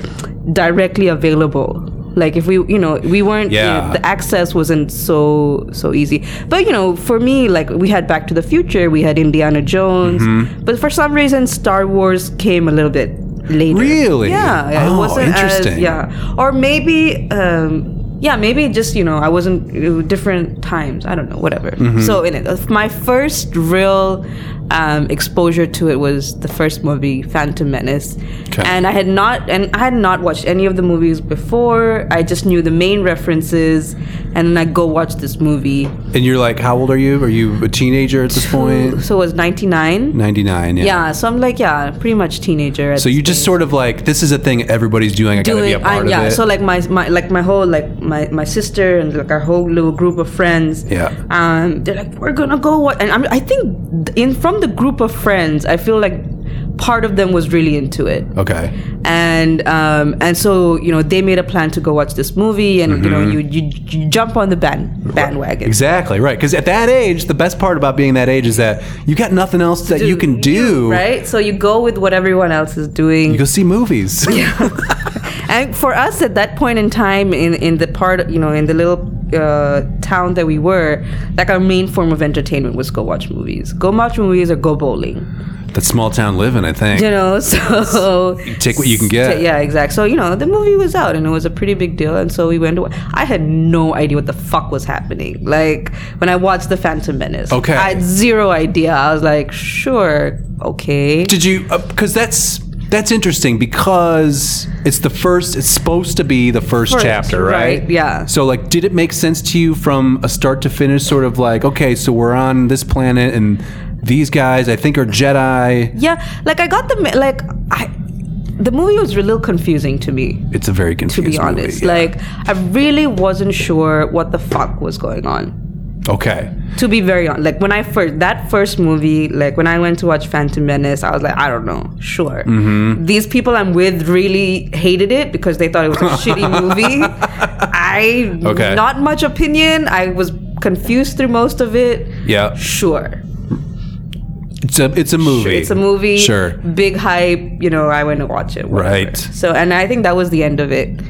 Speaker 3: directly available. Like if we you know we weren't you know,
Speaker 5: Yeah.
Speaker 3: the access wasn't so so easy. But you know for me like we had Back to the Future, we had Indiana Jones,
Speaker 5: Mm-hmm.
Speaker 3: but for some reason Star Wars came a little bit later.
Speaker 5: Really?
Speaker 3: Yeah. yeah,
Speaker 5: Oh,
Speaker 3: it wasn't
Speaker 5: interesting.
Speaker 3: As, yeah. Or maybe. Um, yeah, maybe just you know I wasn't it was different times. I don't know, whatever.
Speaker 5: Mm-hmm.
Speaker 3: So in it, my first real um, exposure to it was the first movie, Phantom Menace,
Speaker 5: Okay.
Speaker 3: and I had not and I had not watched any of the movies before. I just knew the main references, and then I go watch this movie.
Speaker 5: And you're like, how old are you? Are you a teenager at this point?
Speaker 3: So it was ninety nine.
Speaker 5: Ninety nine. Yeah.
Speaker 3: Yeah, so I'm like, yeah, pretty much teenager. At
Speaker 5: So you just sort of like, this is a thing everybody's doing. I gotta be a
Speaker 3: I-
Speaker 5: part of
Speaker 3: yeah,
Speaker 5: it.
Speaker 3: so like my, my like my whole like my, my sister and like our whole little group of friends.
Speaker 5: Yeah.
Speaker 3: Um, they're like, we're gonna go. What? And I'm, I think th- in from the group of friends, I feel like part of them was really into it
Speaker 5: Okay.
Speaker 3: and um, and so you know they made a plan to go watch this movie, and you know you,
Speaker 5: Mm-hmm.
Speaker 3: you you jump on the band bandwagon.
Speaker 5: Exactly right. Because at that age, the best part about being that age is that you got nothing else that you can do.
Speaker 3: right? So you go with what everyone else is doing.
Speaker 5: You go see movies.
Speaker 3: and for us at that point in time, in in the part you know in the little uh, town that we were, like our main form of entertainment was go watch movies, go watch movies, or go bowling.
Speaker 5: That's small town living, I think.
Speaker 3: You know, so
Speaker 5: take what you can get.
Speaker 3: Yeah, exactly. So you know, the movie was out and it was a pretty big deal, and so we went. To, I had no idea what the fuck was happening. Like when I watched The Phantom Menace,
Speaker 5: Okay.
Speaker 3: I had zero idea. I was like, sure, okay.
Speaker 5: Did you? Because that's that's interesting because it's the first. It's supposed to be the first,
Speaker 3: First,
Speaker 5: chapter, right?
Speaker 3: right, yeah.
Speaker 5: So like, did it make sense to you from a start to finish? Sort of like, okay, so we're on this planet and. These guys, I think, are Jedi.
Speaker 3: yeah, like I got the me- like I. The movie was a little confusing to me.
Speaker 5: It's a very
Speaker 3: to
Speaker 5: confusing.
Speaker 3: be honest. Like, I really wasn't sure what the fuck was going on.
Speaker 5: okay,
Speaker 3: To be very honest, like when I first that first movie, like when I went to watch Phantom Menace, I was like, I don't know, sure.
Speaker 5: Mm-hmm.
Speaker 3: These people I'm with really hated it because they thought it was a shitty movie. I
Speaker 5: Okay.
Speaker 3: not much opinion. I was confused through most of it.
Speaker 5: Yeah.
Speaker 3: sure.
Speaker 5: it's a it's a movie.
Speaker 3: It's a movie.
Speaker 5: Sure.
Speaker 3: Big hype. You know, I went to watch it. whatever.
Speaker 5: Right.
Speaker 3: So, and I think that was the end of it.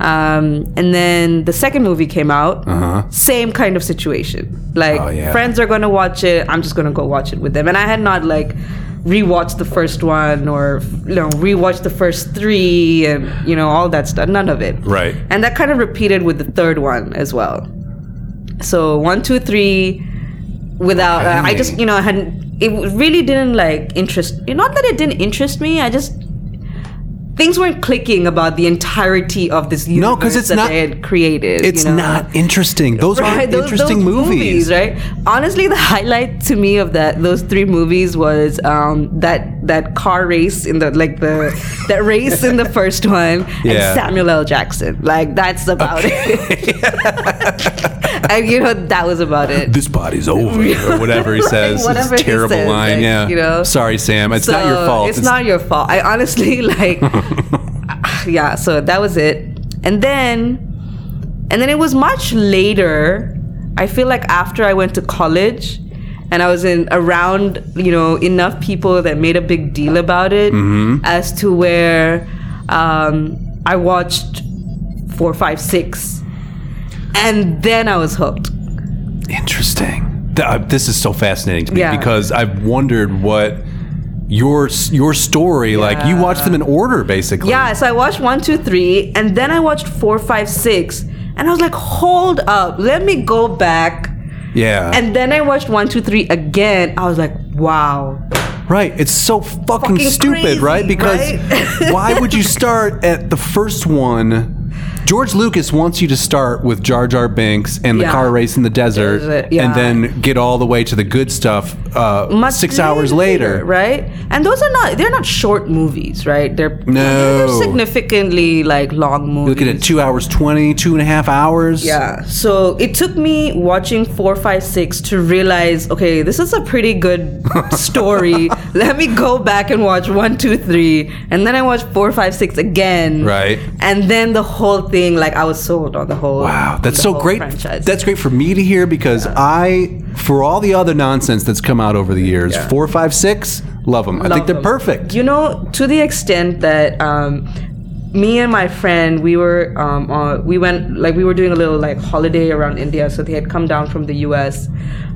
Speaker 3: Um, and then the second movie came out. Same kind of situation. Like
Speaker 5: Uh-huh. Oh, yeah.
Speaker 3: friends are going to watch it. I'm just going to go watch it with them. And I had not like rewatched the first one or you know rewatched the first three and you know all that stuff. None of it.
Speaker 5: Right.
Speaker 3: And that kind of repeated with the third one as well. So one, two, three. Without, uh, I just
Speaker 5: Okay.
Speaker 3: you know, I hadn't. It really didn't like interest. Not that it didn't interest me. I just things weren't clicking about the entirety of this universe
Speaker 5: 'cause it's
Speaker 3: that
Speaker 5: not-
Speaker 3: they had created.
Speaker 5: It's
Speaker 3: you know?
Speaker 5: not interesting. Those
Speaker 3: Right,
Speaker 5: aren't
Speaker 3: those-
Speaker 5: interesting
Speaker 3: those
Speaker 5: movies.
Speaker 3: right? Honestly, the highlight to me of that those three movies was um, that that car race in the like the that race in the first one
Speaker 5: Yeah.
Speaker 3: and Samuel L. Jackson. Like that's about it. and you know that was about it.
Speaker 5: This body's over, or whatever he
Speaker 3: Right,
Speaker 5: says.
Speaker 3: whatever
Speaker 5: it's
Speaker 3: he
Speaker 5: a terrible
Speaker 3: says,
Speaker 5: line.
Speaker 3: like,
Speaker 5: yeah.
Speaker 3: you know?
Speaker 5: Sorry, Sam. It's not your
Speaker 3: So,
Speaker 5: fault.
Speaker 3: It's, not your fault. I honestly like yeah, so that was it. And then and then it was much later. I feel like after I went to college and I was in around, you know, enough people that made a big deal about it
Speaker 5: Mm-hmm.
Speaker 3: as to where um, I watched four, five, six. And then I was hooked.
Speaker 5: interesting. Th- uh, this is so fascinating to me
Speaker 3: Yeah.
Speaker 5: because I've wondered what your s- your story like. You watched them in order, basically.
Speaker 3: Yeah, so I watched one, two, three, and then I watched four, five, six, and I was like, hold up, let me go back.
Speaker 5: Yeah.
Speaker 3: And then I watched one, two, three again. I was like, wow.
Speaker 5: Right. It's so fucking,
Speaker 3: Fucking
Speaker 5: stupid,
Speaker 3: crazy,
Speaker 5: right? Because
Speaker 3: right?
Speaker 5: why would you start at the first one? George Lucas wants you to start with Jar Jar Binks and the
Speaker 3: Yeah.
Speaker 5: car race in the desert,
Speaker 3: Desert, yeah.
Speaker 5: and then get all the way to the good stuff uh,
Speaker 3: Much
Speaker 5: six hours later.
Speaker 3: right? And those are not—they're not short movies, right? They're
Speaker 5: No.
Speaker 3: they're significantly like long movies.
Speaker 5: Looking at two hours 20, two and a half hours.
Speaker 3: Yeah. So it took me watching four, five, six to realize, okay, this is a pretty good story. Let me go back and watch one, two, three, and then I watched four, five, six again.
Speaker 5: Right.
Speaker 3: And then the whole thing, like I was sold on the whole.
Speaker 5: Wow, that's
Speaker 3: the
Speaker 5: so
Speaker 3: whole
Speaker 5: great.
Speaker 3: Franchise.
Speaker 5: That's great for me to hear because I, for all the other nonsense that's come out over the years, four, five, six, love them. I think
Speaker 3: Love
Speaker 5: they're
Speaker 3: them.
Speaker 5: perfect.
Speaker 3: You know, to the extent that um, me and my friend, we were um, uh, we went like we were doing a little like holiday around India, so they had come down from the U.S.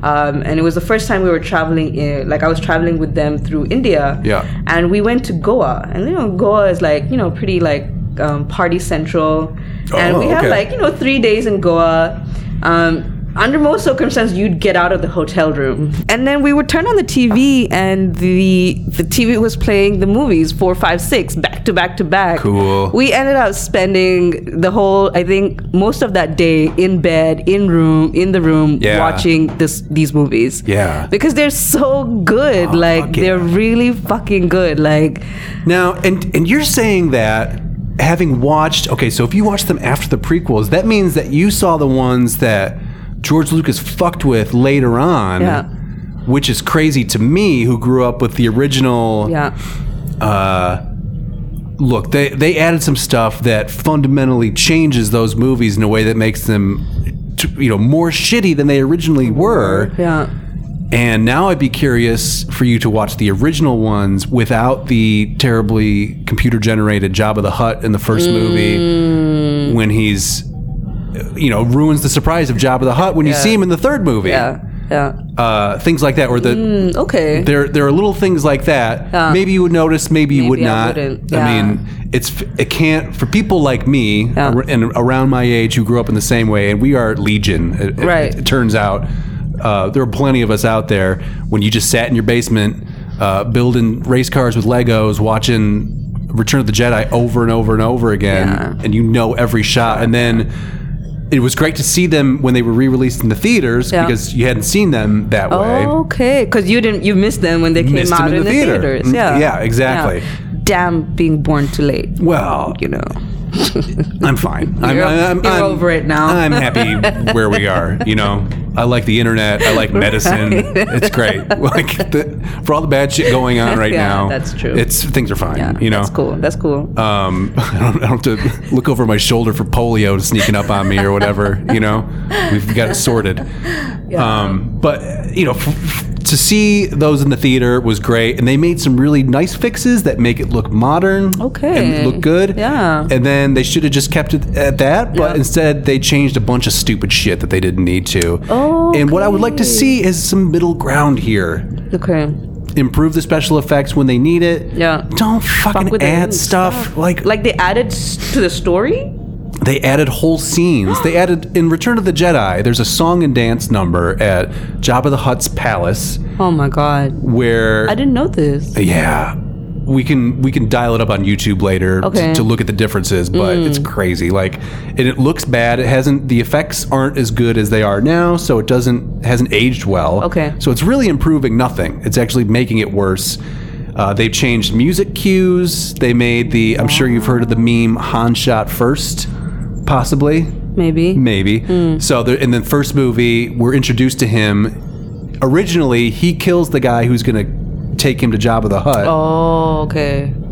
Speaker 3: Um, and it was the first time we were traveling. In, like I was traveling with them through India.
Speaker 5: Yeah.
Speaker 3: And we went to Goa, and you know, Goa is like you know pretty like um, party central, and
Speaker 5: Oh,
Speaker 3: we had
Speaker 5: okay.
Speaker 3: like you know three days in Goa. Um, under most circumstances, you'd get out of the hotel room, and then we would turn on the TV, and the the TV was playing the movies four, five, six, back to back to back.
Speaker 5: Cool.
Speaker 3: We ended up spending the whole, I think, most of that day in bed, in room, in the room,
Speaker 5: Yeah.
Speaker 3: watching this these movies.
Speaker 5: Yeah. Ah,
Speaker 3: because they're so good.
Speaker 5: fuck
Speaker 3: like
Speaker 5: yeah.
Speaker 3: they're really fucking good. Like
Speaker 5: Now, and and you're saying that having watched okay, so if you watched them after the prequels, that means that you saw the ones that George Lucas fucked with later on.
Speaker 3: Yeah.
Speaker 5: Which is crazy to me, who grew up with the original
Speaker 3: yeah.
Speaker 5: uh, look, they they added some stuff that fundamentally changes those movies in a way that makes them, t- you know, more shitty than they originally were.
Speaker 3: Yeah.
Speaker 5: And now I'd be curious for you to watch the original ones without the terribly computer generated Jabba the Hutt in the first movie when he's, you know, ruins the surprise of Jabba the Hutt when you see him in the third movie.
Speaker 3: Yeah. Yeah.
Speaker 5: Uh, things like that, or the
Speaker 3: Okay. Uh,
Speaker 5: there there are little things like that. maybe you would notice, maybe you would
Speaker 3: Maybe I
Speaker 5: not.
Speaker 3: wouldn't,
Speaker 5: I
Speaker 3: yeah.
Speaker 5: mean, it's it can't for people like me
Speaker 3: Yeah.
Speaker 5: ar- and around my age who grew up in the same way, and we are legion. It, it-
Speaker 3: Right.
Speaker 5: It, turns out uh, there are plenty of us out there when you just sat in your basement uh, building race cars with Legos, watching Return of the Jedi over and over and over again,
Speaker 3: Yeah.
Speaker 5: and you know every shot, and then. It was great to see them when they were re-released in the theaters
Speaker 3: Yeah. Oh.
Speaker 5: because you hadn't seen them that way.
Speaker 3: Okay, because you didn't you missed them when they came
Speaker 5: Missed them
Speaker 3: out
Speaker 5: in
Speaker 3: in,
Speaker 5: the
Speaker 3: the,
Speaker 5: theater.
Speaker 3: theaters.
Speaker 5: Mm,
Speaker 3: Yeah,
Speaker 5: yeah, exactly.
Speaker 3: Damn, being born too late.
Speaker 5: Well,
Speaker 3: You know,
Speaker 5: I'm fine. I'm,
Speaker 3: You're-
Speaker 5: I'm, I'm,
Speaker 3: you're
Speaker 5: I'm-
Speaker 3: over it now.
Speaker 5: I'm happy where we are. You know, I like the internet. I like medicine. It's great. Like the, for all the bad shit going on right
Speaker 3: Yeah,
Speaker 5: now,
Speaker 3: that's true.
Speaker 5: It's things are fine.
Speaker 3: yeah,
Speaker 5: you know,
Speaker 3: that's cool. That's cool.
Speaker 5: Um, I don't, I don't have to look over my shoulder for polio sneaking up on me or whatever. You know, we've got it sorted. Um, but you know, f- f- to see those in the theater was great, and they made some really nice fixes that make it look modern.
Speaker 3: Okay.
Speaker 5: And look good.
Speaker 3: Yeah.
Speaker 5: And then they should have just kept it at that, but
Speaker 3: Yeah.
Speaker 5: instead they changed a bunch of stupid shit that they didn't need to. Oh. And what I would like to see is some middle ground here
Speaker 3: okay,
Speaker 5: improve the special effects when they need it.
Speaker 3: Yeah.
Speaker 5: Don't fucking
Speaker 3: with their
Speaker 5: add
Speaker 3: own
Speaker 5: stuff. Like
Speaker 3: like they added s- to the story.
Speaker 5: they added whole scenes. they added in Return of the Jedi, there's a song and dance number at Jabba the Hutt's palace
Speaker 3: Oh my god,
Speaker 5: where
Speaker 3: I didn't know this.
Speaker 5: yeah. We can we can dial it up on YouTube later
Speaker 3: Okay. Mm.
Speaker 5: to, to look at the differences, but it's crazy. Like, and it looks bad. It hasn't the effects aren't as good as they are now, so it doesn't hasn't aged well.
Speaker 3: Okay.
Speaker 5: So it's really improving nothing. It's actually making it worse. Uh, they've changed music cues. They made the I'm sure you've heard of the meme Han shot first, possibly
Speaker 3: Maybe.
Speaker 5: maybe.
Speaker 3: Hmm.
Speaker 5: So there, in the first movie, we're introduced to him. Originally, he kills the guy who's going to take him to Jabba the Hutt.
Speaker 3: Oh, okay.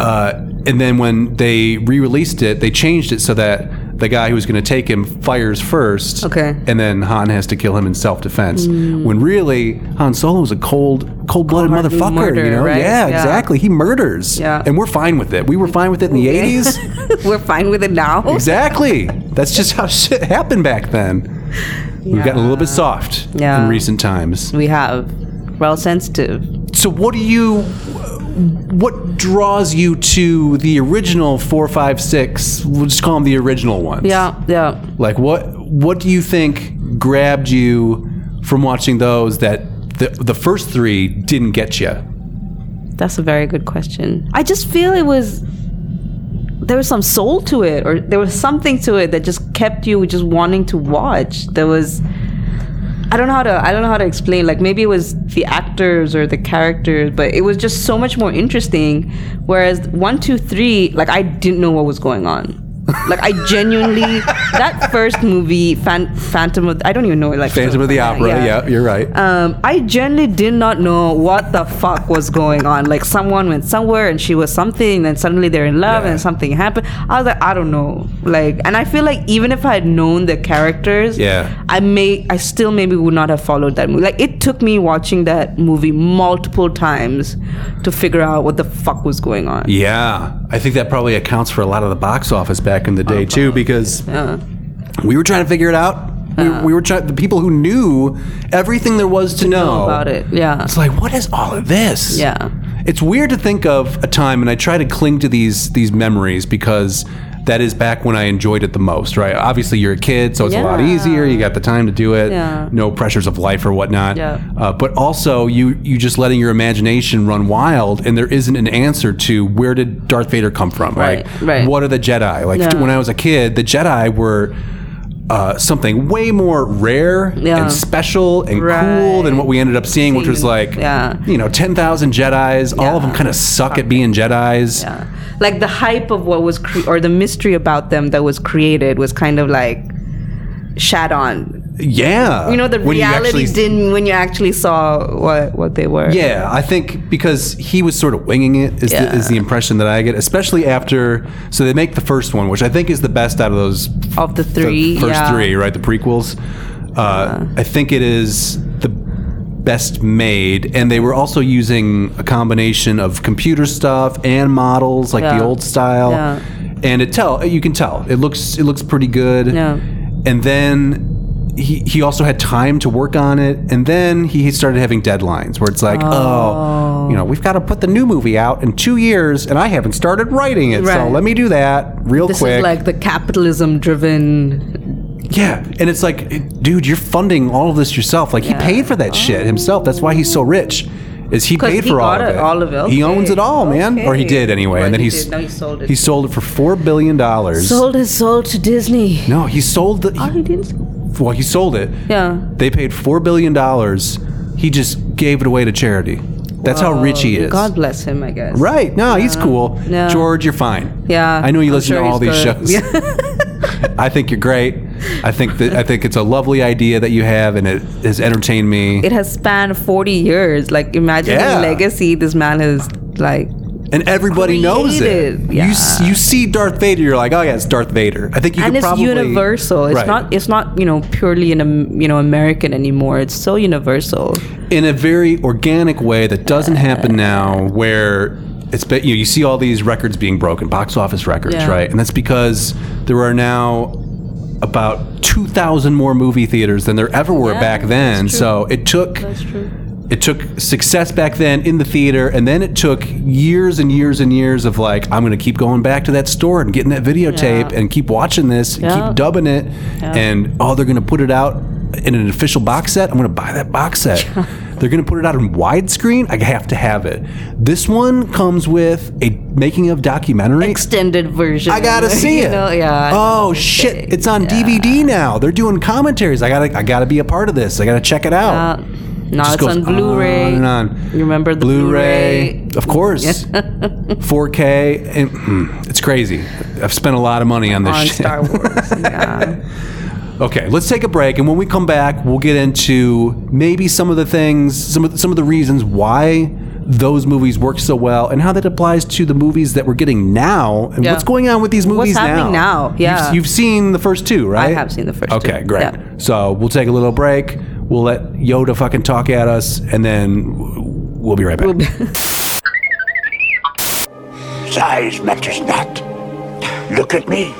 Speaker 5: Uh, and then when they re-released it, they changed it so that the guy who's going to take him fires first.
Speaker 3: Okay. Hmm.
Speaker 5: And then Han has to kill him in self-defense. When really Han Solo is a cold, cold-blooded
Speaker 3: Cold-hearted
Speaker 5: motherfucker. you
Speaker 3: murderer,
Speaker 5: know?
Speaker 3: right?
Speaker 5: Yeah,
Speaker 3: Yeah.
Speaker 5: exactly. He murders.
Speaker 3: Yeah.
Speaker 5: And we're fine with it. We were fine with it in the '80s.
Speaker 3: We're fine with it now.
Speaker 5: Exactly. That's just how shit happened back then. We've gotten a little bit soft
Speaker 3: Yeah.
Speaker 5: in recent times.
Speaker 3: We have. We're all sensitive.
Speaker 5: So, what do you, what draws you to the original four, five, six? We'll just call them the original ones.
Speaker 3: Yeah, yeah.
Speaker 5: Like, what, what do you think grabbed you from watching those that the, the first three didn't get you?
Speaker 3: That's a very good question. I just feel it was there was some soul to it, or there was something to it that just kept you just wanting to watch. There was I don't know how to I don't know how to explain. Like maybe it was the actors or the characters, but it was just so much more interesting. Whereas one, two, three, like I didn't know what was going on. Like I genuinely that first movie, Fan, Phantom of I don't even know like
Speaker 5: Phantom of the Opera. Yeah, you're right.
Speaker 3: um, I generally did not know what the fuck was going on. Like someone went somewhere and she was something, then suddenly they're in love
Speaker 5: Yeah.
Speaker 3: and something happened. I was like, I don't know. Like, and I feel like even if I had known the characters,
Speaker 5: Yeah.
Speaker 3: I may, I still maybe would not have followed that movie. Like, it took me watching that movie multiple times to figure out what the fuck was going on.
Speaker 5: Yeah, I think that probably accounts for a lot of the box office back in the day
Speaker 3: Uh-huh.
Speaker 5: too, because we were trying to figure it out. We,
Speaker 3: Uh-huh.
Speaker 5: we were trying the people who knew everything there was to, know,
Speaker 3: About it, yeah,
Speaker 5: It's like, what is all of this?
Speaker 3: yeah,
Speaker 5: It's weird to think of a time, and I try to cling to these these memories because that is back when I enjoyed it the most, right? Obviously, you're a kid, so it's a lot
Speaker 3: Yeah.
Speaker 5: easier. You got the time to do it,
Speaker 3: Yeah.
Speaker 5: no pressures of life or whatnot.
Speaker 3: Yeah.
Speaker 5: Uh, but also, you you just letting your imagination run wild, and there isn't an answer to where did Darth Vader come from?
Speaker 3: Right,
Speaker 5: Like,
Speaker 3: right.
Speaker 5: what are the Jedi? Like
Speaker 3: Yeah.
Speaker 5: when I was a kid, the Jedi were. Uh, something way more rare
Speaker 3: Yeah.
Speaker 5: and special and cool than
Speaker 3: Right.
Speaker 5: what we ended up seeing, which was
Speaker 3: Seeing-
Speaker 5: like,
Speaker 3: yeah.
Speaker 5: you know, 10,000 Jedis, all of them kind of suck at being Jedis.
Speaker 3: yeah. Like the hype of what was cre- or the mystery about them that was created was kind of like shat on
Speaker 5: Yeah.
Speaker 3: You know, the
Speaker 5: When you
Speaker 3: reality
Speaker 5: actually-
Speaker 3: didn't when you actually saw what what they were.
Speaker 5: Yeah, I think because he was sort of winging it is,
Speaker 3: Yeah.
Speaker 5: the, is the impression that I get, especially after. So they make the first one, which I think is the best out of those
Speaker 3: Of the
Speaker 5: the
Speaker 3: three,
Speaker 5: first
Speaker 3: yeah.
Speaker 5: three, right? The prequels. Uh, I think it is the best made, and they were also using a combination of computer stuff and models, like the
Speaker 3: Yeah.
Speaker 5: old style.
Speaker 3: Yeah.
Speaker 5: And it tell you can tell it looks it looks pretty good.
Speaker 3: Yeah.
Speaker 5: And then he he also had time to work on it, and then he started having deadlines where it's like, oh, you know, we've got to put the new movie out in two years, and I haven't started writing it, so
Speaker 3: Right.
Speaker 5: let me do that real
Speaker 3: This
Speaker 5: quick.
Speaker 3: is like the capitalism driven.
Speaker 5: Yeah, and it's like, dude, you're funding all of this yourself. Like he paid for that shit himself. That's why he's so rich. Is he
Speaker 3: 'Cause
Speaker 5: paid
Speaker 3: he
Speaker 5: for all
Speaker 3: got
Speaker 5: of
Speaker 3: it,
Speaker 5: it?
Speaker 3: all of it.
Speaker 5: He owns
Speaker 3: Okay,
Speaker 5: it all, man, or he
Speaker 3: okay.
Speaker 5: did anyway.
Speaker 3: Well,
Speaker 5: and then
Speaker 3: he
Speaker 5: he's
Speaker 3: did. No, he sold it.
Speaker 5: He sold it for four billion dollars.
Speaker 3: Sold his soul to Disney.
Speaker 5: No, he sold the.
Speaker 3: Oh,
Speaker 5: He,
Speaker 3: he didn't.
Speaker 5: well, he sold it.
Speaker 3: Yeah.
Speaker 5: They paid four billion dollars. He just gave it away to charity. That's how rich he is.
Speaker 3: God bless him, I guess.
Speaker 5: Right? No, he's cool.
Speaker 3: No.
Speaker 5: George, you're fine.
Speaker 3: Yeah,
Speaker 5: I know you
Speaker 3: I'm
Speaker 5: listen
Speaker 3: sure
Speaker 5: to all
Speaker 3: he's
Speaker 5: these
Speaker 3: good.
Speaker 5: shows. I think you're great. I think that I think it's a lovely idea that you have, and it has entertained me.
Speaker 3: It has spanned 40 years. Like, imagine
Speaker 5: Yeah.
Speaker 3: the legacy this man has, like,
Speaker 5: and everybody knows it.
Speaker 3: created,
Speaker 5: You s-
Speaker 3: yeah.
Speaker 5: you see Darth Vader, you're like, oh yeah, it's Darth Vader. I think you
Speaker 3: and
Speaker 5: could
Speaker 3: it's
Speaker 5: probably
Speaker 3: universal. It's
Speaker 5: Right.
Speaker 3: not. It's not you know purely an um, you know American anymore. It's so universal.
Speaker 5: in a very organic way that doesn't happen now where it's been, you, know, you see all these records being broken box office records
Speaker 3: Yeah.
Speaker 5: right and that's because there are now about 2000 more movie theaters than there ever were
Speaker 3: Yeah,
Speaker 5: back then
Speaker 3: that's true.
Speaker 5: so it took
Speaker 3: true.
Speaker 5: it took success back then in the theater and then it took years and years and years of like i'm going to keep going back to that store and getting that videotape
Speaker 3: Yeah.
Speaker 5: and keep watching this and
Speaker 3: Yeah.
Speaker 5: keep dubbing it and oh they're going to put it out in an official box set i'm going to buy that box set they're going to put it out in widescreen i have to have it this one comes with a making of documentary
Speaker 3: Extended version.
Speaker 5: I gotta see
Speaker 3: you
Speaker 5: it.
Speaker 3: know? Yeah.
Speaker 5: Oh shit! It's on DVD now. They're doing commentaries. I gotta, I gotta be a part of this. I gotta check it out.
Speaker 3: Uh, now
Speaker 5: Just
Speaker 3: it's
Speaker 5: goes
Speaker 3: on Blu-ray.
Speaker 5: on and on.
Speaker 3: You remember the Blu-ray?
Speaker 5: Of course. 4K. And, mm, it's crazy. I've spent a lot of money on this
Speaker 3: on
Speaker 5: shit.
Speaker 3: Star Wars. yeah.
Speaker 5: Okay, let's take a break, and when we come back, we'll get into maybe some of the things, some of the, some of the reasons why those movies work so well, and how that applies to the movies that we're getting now, and
Speaker 3: Yeah.
Speaker 5: what's going on with these
Speaker 3: What's
Speaker 5: movies
Speaker 3: happening now?
Speaker 5: You've-
Speaker 3: Yeah.
Speaker 5: you've, seen the first two, right?
Speaker 3: have seen the first
Speaker 5: Okay,
Speaker 3: two.
Speaker 5: great.
Speaker 3: Yeah.
Speaker 5: So we'll take a little break. We'll let Yoda fucking talk at us, and then we'll be right back.
Speaker 7: Size matters not. Look at me.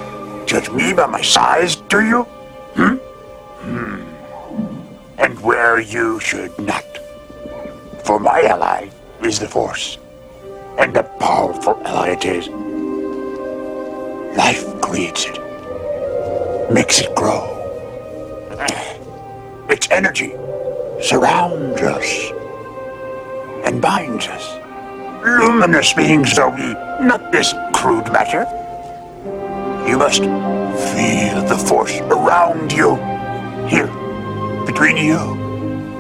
Speaker 7: Judge me by my size, do you? Hmm? Hmm. And where you should not. For my ally is the Force. And a powerful ally it is. Life creates it, makes it grow. Its energy surrounds us and binds us luminous beings are we, not this crude matter. You must feel the force around you, here, between you,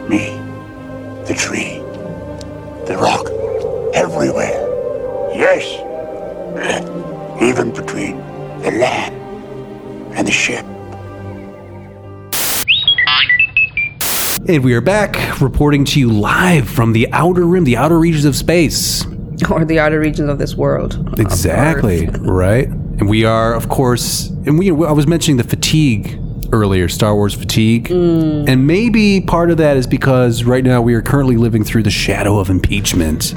Speaker 7: me, the tree, the rock, everywhere. Yes, even between the land and the ship.
Speaker 5: And we are back, reporting to you live from the outer rim, the outer regions of space.
Speaker 3: or the outer regions of this world.
Speaker 5: Exactly. Right. And we are, of course, and we, I was mentioning the fatigue earlier, Star Wars fatigue. And maybe part of that is because right now we are currently living through the shadow of impeachment.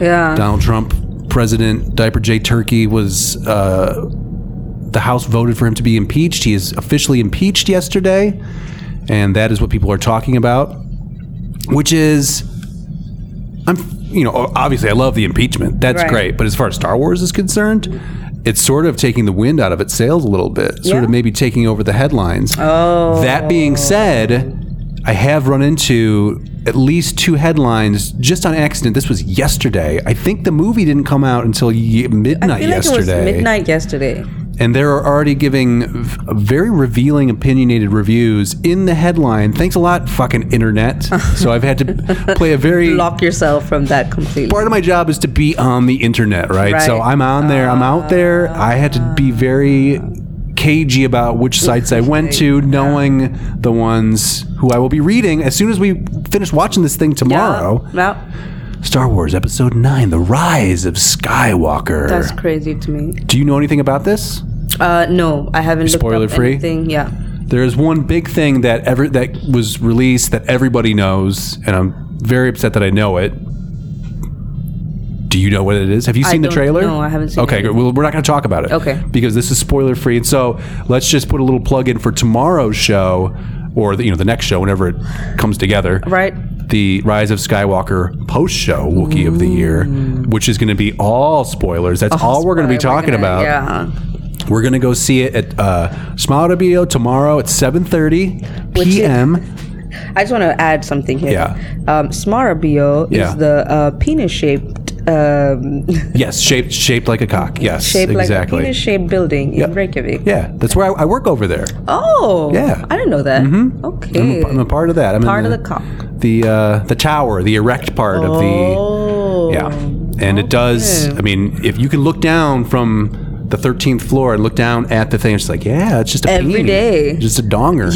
Speaker 3: Yeah.
Speaker 5: Donald Trump, President Diaper J. Turkey, was, uh, the House voted for him to be impeached. He is officially impeached yesterday. And that is what people are talking about, which is, I'm, you know, obviously I love the impeachment. That's
Speaker 3: Right.
Speaker 5: great. But as far as Star Wars is concerned, it's sort of taking the wind out of its sails a little bit, sort of
Speaker 3: Yeah.
Speaker 5: maybe taking over the headlines. Oh. That being said, I have run into at least two headlines just on accident. This was yesterday. I think the movie didn't come out until ye- midnight
Speaker 3: I feel like
Speaker 5: yesterday
Speaker 3: it was midnight yesterday.
Speaker 5: and they're already giving v- very revealing opinionated reviews in the headline thanks a lot fucking internet so i've had to play a very
Speaker 3: Lock yourself from that completely.
Speaker 5: part of my job is to be on the internet right, so
Speaker 3: Right.
Speaker 5: i'm on there i'm out there i had to be very cagey about which sites I went to, knowing the ones who I will be reading as soon as we finish watching this thing tomorrow.
Speaker 3: Yeah, well,
Speaker 5: Star Wars Episode 9 The Rise of Skywalker.
Speaker 3: that's crazy to me.
Speaker 5: Do you know anything about this?
Speaker 3: Uh, no, I haven't. looked up
Speaker 5: Spoiler-free?
Speaker 3: anything. Yeah.
Speaker 5: There is one big thing that ever that was released that everybody knows, and I'm very upset that I know it. Do you know what it is? Have you
Speaker 3: I
Speaker 5: seen the
Speaker 3: don't-
Speaker 5: trailer?
Speaker 3: no, I haven't seen
Speaker 5: Okay,
Speaker 3: it.
Speaker 5: good. Well, we're not going to talk about it.
Speaker 3: Okay.
Speaker 5: Because this is spoiler free, and so let's just put a little plug in for tomorrow's show, or the, you know the next show whenever it comes together.
Speaker 3: Right.
Speaker 5: The Rise of Skywalker post show Wookiee of the Year, which is going to be all spoilers. That's all we're going to be
Speaker 3: Spoiler, we're
Speaker 5: talking
Speaker 3: gonna-
Speaker 5: about.
Speaker 3: Yeah.
Speaker 5: We're gonna go see it at uh, Smilebio tomorrow at 7:30
Speaker 3: Which is-
Speaker 5: p.m.
Speaker 3: I just want to add something here.
Speaker 5: Yeah.
Speaker 3: Um, Smarabio
Speaker 5: Yeah.
Speaker 3: is the uh, penis-shaped. Um,
Speaker 5: Yes, shaped shaped like a cock. Yes,
Speaker 3: shaped like
Speaker 5: exactly.
Speaker 3: penis-shaped building in Reykjavik.
Speaker 5: yeah, that's where I, I work over there.
Speaker 3: Oh.
Speaker 5: Yeah.
Speaker 3: I didn't know that. Okay.
Speaker 5: I'm a part of that. I'm in
Speaker 3: Part of the cock.
Speaker 5: The uh, the tower, the erect part of the
Speaker 3: Oh.
Speaker 5: yeah, and it does.
Speaker 3: Okay.
Speaker 5: I mean, if you can look down from. The thirteenth floor and look down at the thing. It's like, yeah, it's just a
Speaker 3: Every
Speaker 5: peen.
Speaker 3: day.
Speaker 5: just a donger.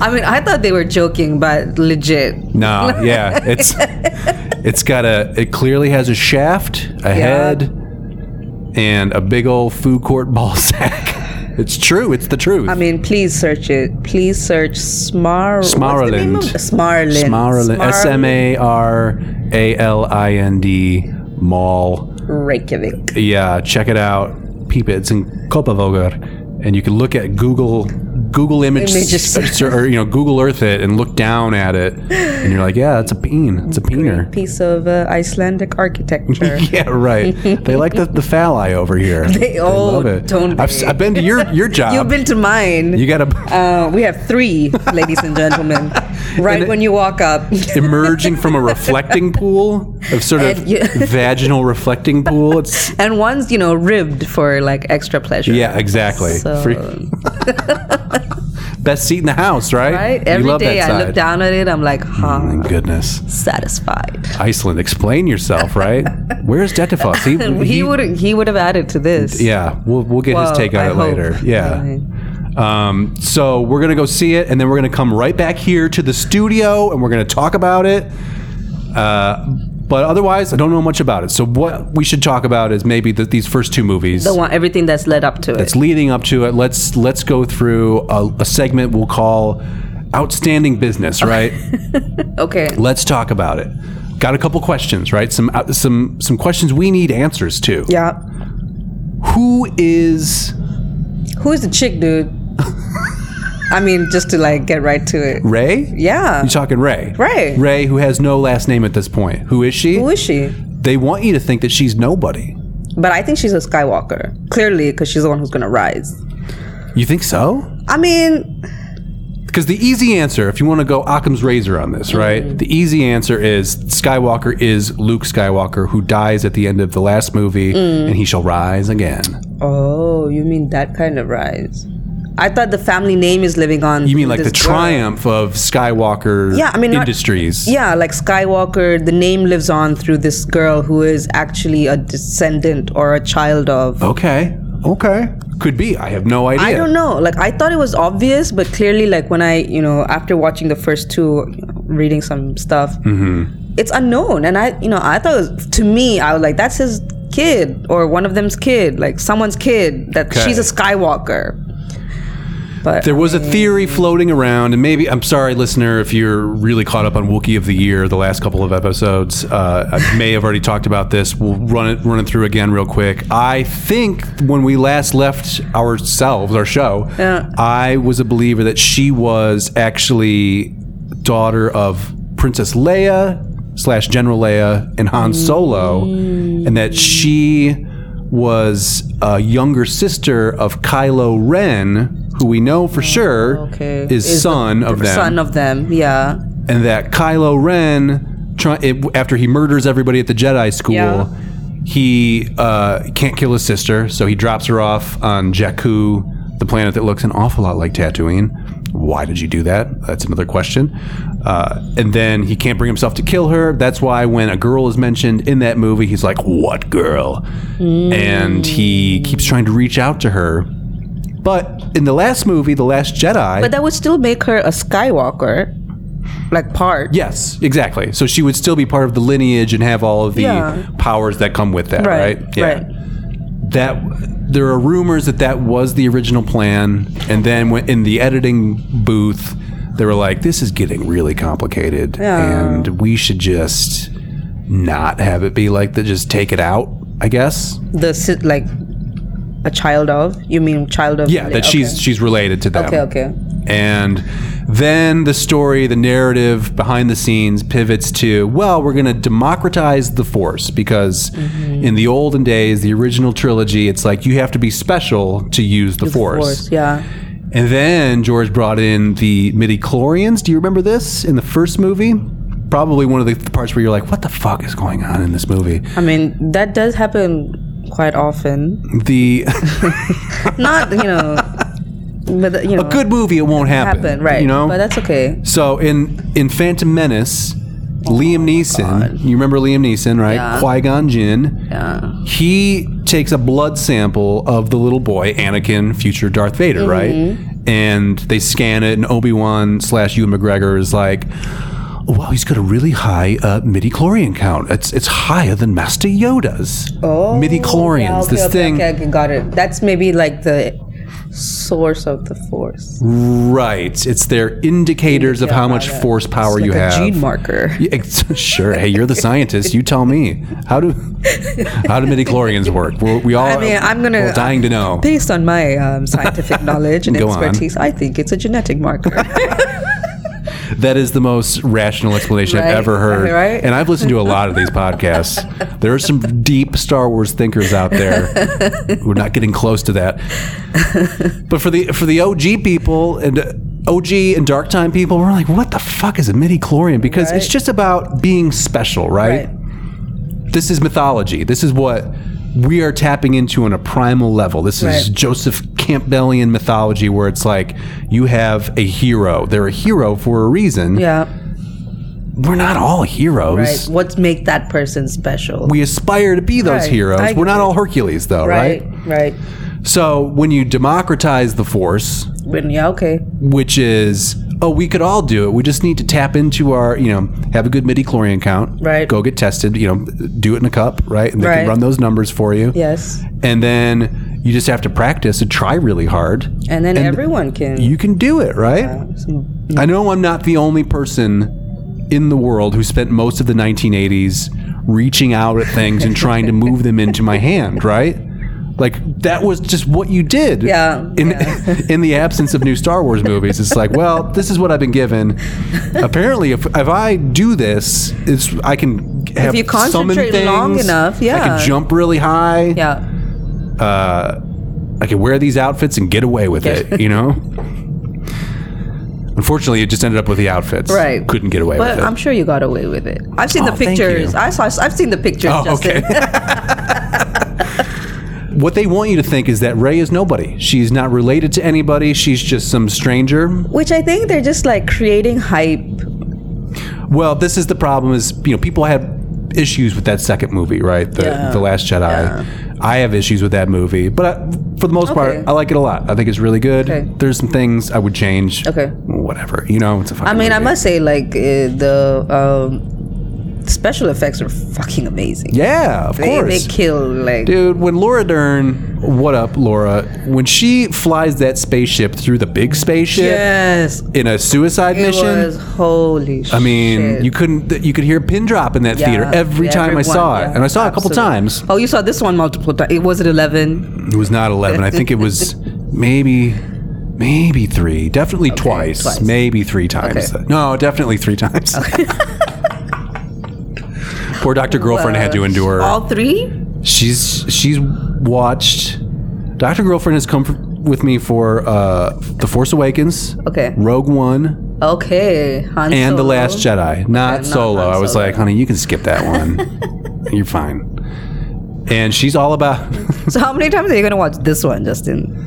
Speaker 3: I mean, I thought they were joking, but legit.
Speaker 5: No, yeah, it's it's got a it clearly has a shaft, a head, and a big old food court ball sack. It's true. It's the truth.
Speaker 3: I mean, please search it. Please search Smar. what's the name of-
Speaker 5: Smaralind.
Speaker 3: Smaralind.
Speaker 5: Smaralind. S M A R A L I N D Mall.
Speaker 3: Reykjavik.
Speaker 5: Yeah, check it out. Peep it. It's in Kopavogur, and you can look at Google Google image
Speaker 3: Images.
Speaker 5: search or you know Google Earth it and look down at it, and you're like, yeah, it's a peen. It's a peener.
Speaker 3: Piece of uh, Icelandic architecture.
Speaker 5: Yeah, right. they like the, the phalli over here.
Speaker 3: They- oh, don't
Speaker 5: I've, s-
Speaker 3: they?
Speaker 5: I've been to your your job.
Speaker 3: You've been to mine.
Speaker 5: you gotta
Speaker 3: uh, we have three, ladies and gentlemen. Right
Speaker 5: And it-
Speaker 3: when you walk up.
Speaker 5: emerging from a reflecting pool of sort of
Speaker 3: And you-
Speaker 5: vaginal reflecting pool. It's
Speaker 3: And one's, you know, ribbed for like extra pleasure.
Speaker 5: yeah, exactly.
Speaker 3: So-
Speaker 5: Best seat in the house, right?
Speaker 3: Right?
Speaker 5: you
Speaker 3: Every
Speaker 5: love
Speaker 3: day
Speaker 5: that
Speaker 3: I
Speaker 5: side. Mm,
Speaker 3: look down at it, I'm like, huh,
Speaker 5: My goodness,
Speaker 3: satisfied.
Speaker 5: Iceland. Explain yourself, right? Where's Dettifoss?
Speaker 3: He, would he would have added to this.
Speaker 5: Yeah, we'll we'll get
Speaker 3: Well,
Speaker 5: his take on
Speaker 3: I
Speaker 5: it
Speaker 3: hope.
Speaker 5: later. Yeah.
Speaker 3: Right.
Speaker 5: Um, so we're gonna go see it, and then we're gonna come right back here to the studio, and we're gonna talk about it. Uh, but otherwise, I don't know much about it. So what we should talk about is maybe the, these first two movies.
Speaker 3: The one, everything that's led up to
Speaker 5: that's
Speaker 3: it.
Speaker 5: leading up to it. Let's let's go through a, a segment we'll call "Outstanding Business." Right?
Speaker 3: Okay.
Speaker 5: let's talk about it. Got a couple questions, right? Some uh, some some questions we need answers to.
Speaker 3: Yeah.
Speaker 5: Who is
Speaker 3: Who is the chick, dude? I mean, just to like get right to it.
Speaker 5: Ray?
Speaker 3: Yeah.
Speaker 5: You're talking Ray.
Speaker 3: Ray.
Speaker 5: Ray, who has no last name at this point. Who is she?
Speaker 3: Who is she?
Speaker 5: They want you to think that she's nobody.
Speaker 3: But I think she's a Skywalker, clearly, because she's the one who's gonna rise.
Speaker 5: You think so?
Speaker 3: I mean,
Speaker 5: Because the easy answer, if you want to go Occam's razor on this, right? The easy answer is Skywalker is Luke Skywalker, who dies at the end of the last movie,
Speaker 3: Mm.
Speaker 5: and he shall rise again.
Speaker 3: oh, you mean that kind of rise? I thought the family name is living on.
Speaker 5: You mean like the
Speaker 3: this girl.
Speaker 5: triumph of Skywalker
Speaker 3: Yeah, I mean, not-
Speaker 5: industries?
Speaker 3: Yeah, like Skywalker, the name lives on through this girl who is actually a descendant or a child of.
Speaker 5: Okay. Okay. Could be. I have no idea.
Speaker 3: I don't know. Like I thought it was obvious, but clearly, like when I, you know, after watching the first two, you know, reading some stuff,
Speaker 5: Mm-hmm.
Speaker 3: it's unknown. And I, you know, I thought it was, to me, I was like, that's his kid or one of them's kid, like someone's kid. That
Speaker 5: Okay.
Speaker 3: she's a Skywalker. But
Speaker 5: There was a theory floating around, and maybe I'm sorry, listener, if you're really caught up on Wookiee of the Year, the last couple of episodes. Uh, I may have already talked about this. We'll run it run it through again real quick. I think when we last left ourselves, our show, I was a believer that she was actually daughter of Princess Leia slash General Leia and
Speaker 3: Mm.
Speaker 5: Han Solo, and that she was a younger sister of Kylo Ren, who we know for sure
Speaker 3: Oh, okay.
Speaker 5: is,
Speaker 3: Is the
Speaker 5: son of them,
Speaker 3: son of them, yeah.
Speaker 5: and that Kylo Ren, try, it, after he murders everybody at the Jedi school,
Speaker 3: Yeah.
Speaker 5: he uh, can't kill his sister, so he drops her off on Jakku, the planet that looks an awful lot like Tatooine. Why did you do that? That's another question. Uh, and then he can't bring himself to kill her. That's why when a girl is mentioned in that movie, he's like, "What girl?" And he keeps trying to reach out to her But in the last movie, The Last Jedi.
Speaker 3: But that would still make her a Skywalker, like part.
Speaker 5: Yes, exactly. So she would still be part of the lineage and have all of the
Speaker 3: Yeah.
Speaker 5: powers that come with that, right?
Speaker 3: Right, right.
Speaker 5: That there are rumors that that was the original plan, and then when, in the editing booth, they were like, "This is getting really complicated,
Speaker 3: Yeah.
Speaker 5: and we should just not have it be like that. Just take it out." I guess.
Speaker 3: The si- like a child of. You mean child of?
Speaker 5: Yeah, that
Speaker 3: okay.
Speaker 5: she's she's related to them.
Speaker 3: Okay, okay.
Speaker 5: And then the story, the narrative behind the scenes pivots to, well, we're going to democratize the force because
Speaker 3: Mm-hmm.
Speaker 5: in the olden days, the original trilogy, it's like you have to be special to use the, force.
Speaker 3: Force, yeah.
Speaker 5: And then George brought in the midichlorians. Do you remember this in the first movie? Probably one of the parts where you're like, what the fuck is going on in this movie?
Speaker 3: I mean, that does happen quite often.
Speaker 5: The
Speaker 3: Not, you know, but, you know,
Speaker 5: a good movie, it won't happen.
Speaker 3: happen, right.
Speaker 5: You know?
Speaker 3: But that's okay.
Speaker 5: So in in Phantom Menace, Liam Neeson, you remember Liam Neeson, right?
Speaker 3: Oh Yeah.
Speaker 5: Qui Gon Jinn.
Speaker 3: Yeah.
Speaker 5: He takes a blood sample of the little boy Anakin, future Darth Vader,
Speaker 3: Mm-hmm.
Speaker 5: right? And they scan it, and Obi Wan slash Ewan McGregor is like. Wow, he's got a really high uh, midi chlorian count. It's it's higher than Master Yoda's.
Speaker 3: Oh.
Speaker 5: midi chlorians.
Speaker 3: yeah, okay,
Speaker 5: this
Speaker 3: okay,
Speaker 5: thing,
Speaker 3: Okay, okay, got it. That's maybe like the source of the force.
Speaker 5: right? It's their indicators of how much force power
Speaker 3: It's
Speaker 5: you
Speaker 3: like
Speaker 5: have.
Speaker 3: a gene marker.
Speaker 5: Yeah, ex- sure. Hey, you're the scientist. You tell me how do how do midi chlorians work? We're, we all
Speaker 3: I mean, I'm gonna-
Speaker 5: we're dying to know.
Speaker 3: Based on my um, scientific knowledge and
Speaker 5: Go on.
Speaker 3: expertise, I think it's a genetic marker.
Speaker 5: That is the most rational explanation
Speaker 3: Right,
Speaker 5: I've ever heard.
Speaker 3: right?
Speaker 5: And I've listened to a lot of these podcasts. There are some deep Star Wars thinkers out there. We're not getting close to that. But for the for the OG people and uh, OG and dark time people, we're like, what the fuck is a midi chlorian? Because it's
Speaker 3: Right.
Speaker 5: just about being special, right?
Speaker 3: Right.
Speaker 5: This is mythology. This is what we are tapping into on a primal level. This is
Speaker 3: Right.
Speaker 5: Joseph Campbellian mythology, where it's like you have a hero. They're a hero for a reason.
Speaker 3: yeah.
Speaker 5: We're not all
Speaker 3: Right.
Speaker 5: heroes.
Speaker 3: What make that person special?
Speaker 5: We aspire to be those
Speaker 3: Right.
Speaker 5: heroes.
Speaker 3: I
Speaker 5: We're not
Speaker 3: agree.
Speaker 5: all Hercules, though, right?
Speaker 3: right. Right.
Speaker 5: So when you democratize the force,
Speaker 3: When, yeah. Okay.
Speaker 5: which is oh we could all do it we just need to tap into our you know have a good midi-chlorian count
Speaker 3: Right.
Speaker 5: go get tested you know do it in a cup right and they can
Speaker 3: Right.
Speaker 5: run those numbers for you
Speaker 3: Yes.
Speaker 5: and then you just have to practice and try really hard
Speaker 3: And then everyone can.
Speaker 5: you can do it right i know i'm not the only person in the world who spent most of the 1980s reaching out at things and trying to move them into my hand right like that was just what you did
Speaker 3: Yeah,
Speaker 5: in
Speaker 3: yeah.
Speaker 5: in the absence of new star wars movies it's like well this is what i've been given apparently if, if i do this it's i can have
Speaker 3: you
Speaker 5: summon
Speaker 3: concentrate long
Speaker 5: things,
Speaker 3: enough,
Speaker 5: i
Speaker 3: yeah.
Speaker 5: can jump really high
Speaker 3: yeah.
Speaker 5: I could wear these outfits and get away with it, you know? Unfortunately, it just ended up with the outfits.
Speaker 3: Right.
Speaker 5: Couldn't get away
Speaker 3: But
Speaker 5: with it.
Speaker 3: I'm sure you got away with it. I've seen
Speaker 5: Oh,
Speaker 3: the
Speaker 5: thank you.
Speaker 3: pictures. I saw. I've seen the pictures.
Speaker 5: Oh,
Speaker 3: Justin.
Speaker 5: what they want you to think is that Ray is nobody. She's not related to anybody. She's just some stranger.
Speaker 3: Which I think they're just like creating hype.
Speaker 5: Well, this is the problem is, you know, people had issues with that second movie, right? The,
Speaker 3: Yeah.
Speaker 5: the Last Jedi. I have issues with that movie, but I, for the most
Speaker 3: Okay.
Speaker 5: part, I like it a lot. I think it's really good.
Speaker 3: Okay.
Speaker 5: There's some things I would change.
Speaker 3: Okay.
Speaker 5: Whatever. You know, it's a fucking
Speaker 3: I mean, I
Speaker 5: movie.
Speaker 3: must say, like uh, the um, special effects are fucking amazing.
Speaker 5: Yeah, of
Speaker 3: they,
Speaker 5: course.
Speaker 3: they kill like
Speaker 5: Dude, when Laura Dern, what up, Laura? When she flies that spaceship through the big spaceship
Speaker 3: yes.
Speaker 5: in a suicide
Speaker 3: It
Speaker 5: mission,
Speaker 3: was holy.
Speaker 5: I mean, you couldn't. th- You could hear a pin drop in that theater every time I saw it, and I saw it a couple times.
Speaker 3: Oh, you saw this one multiple times. It was it eleven.
Speaker 5: It was not eleven. I think it was maybe, maybe three. Definitely twice,
Speaker 3: twice.
Speaker 5: Maybe three times.
Speaker 3: Okay.
Speaker 5: No, definitely three times. Poor Doctor Girlfriend had to endure.
Speaker 3: All three?
Speaker 5: She's she's watched. Doctor Girlfriend has come f- with me for uh, The Force Awakens,
Speaker 3: Okay.
Speaker 5: Rogue One,
Speaker 3: Okay. Han
Speaker 5: and The Last
Speaker 3: Solo.
Speaker 5: Jedi. Not
Speaker 3: not
Speaker 5: Solo.
Speaker 3: Han
Speaker 5: I was
Speaker 3: Solo.
Speaker 5: like, honey, you can skip that one. You're fine. And she's all about.
Speaker 3: So how many times are you gonna watch this one, Justin?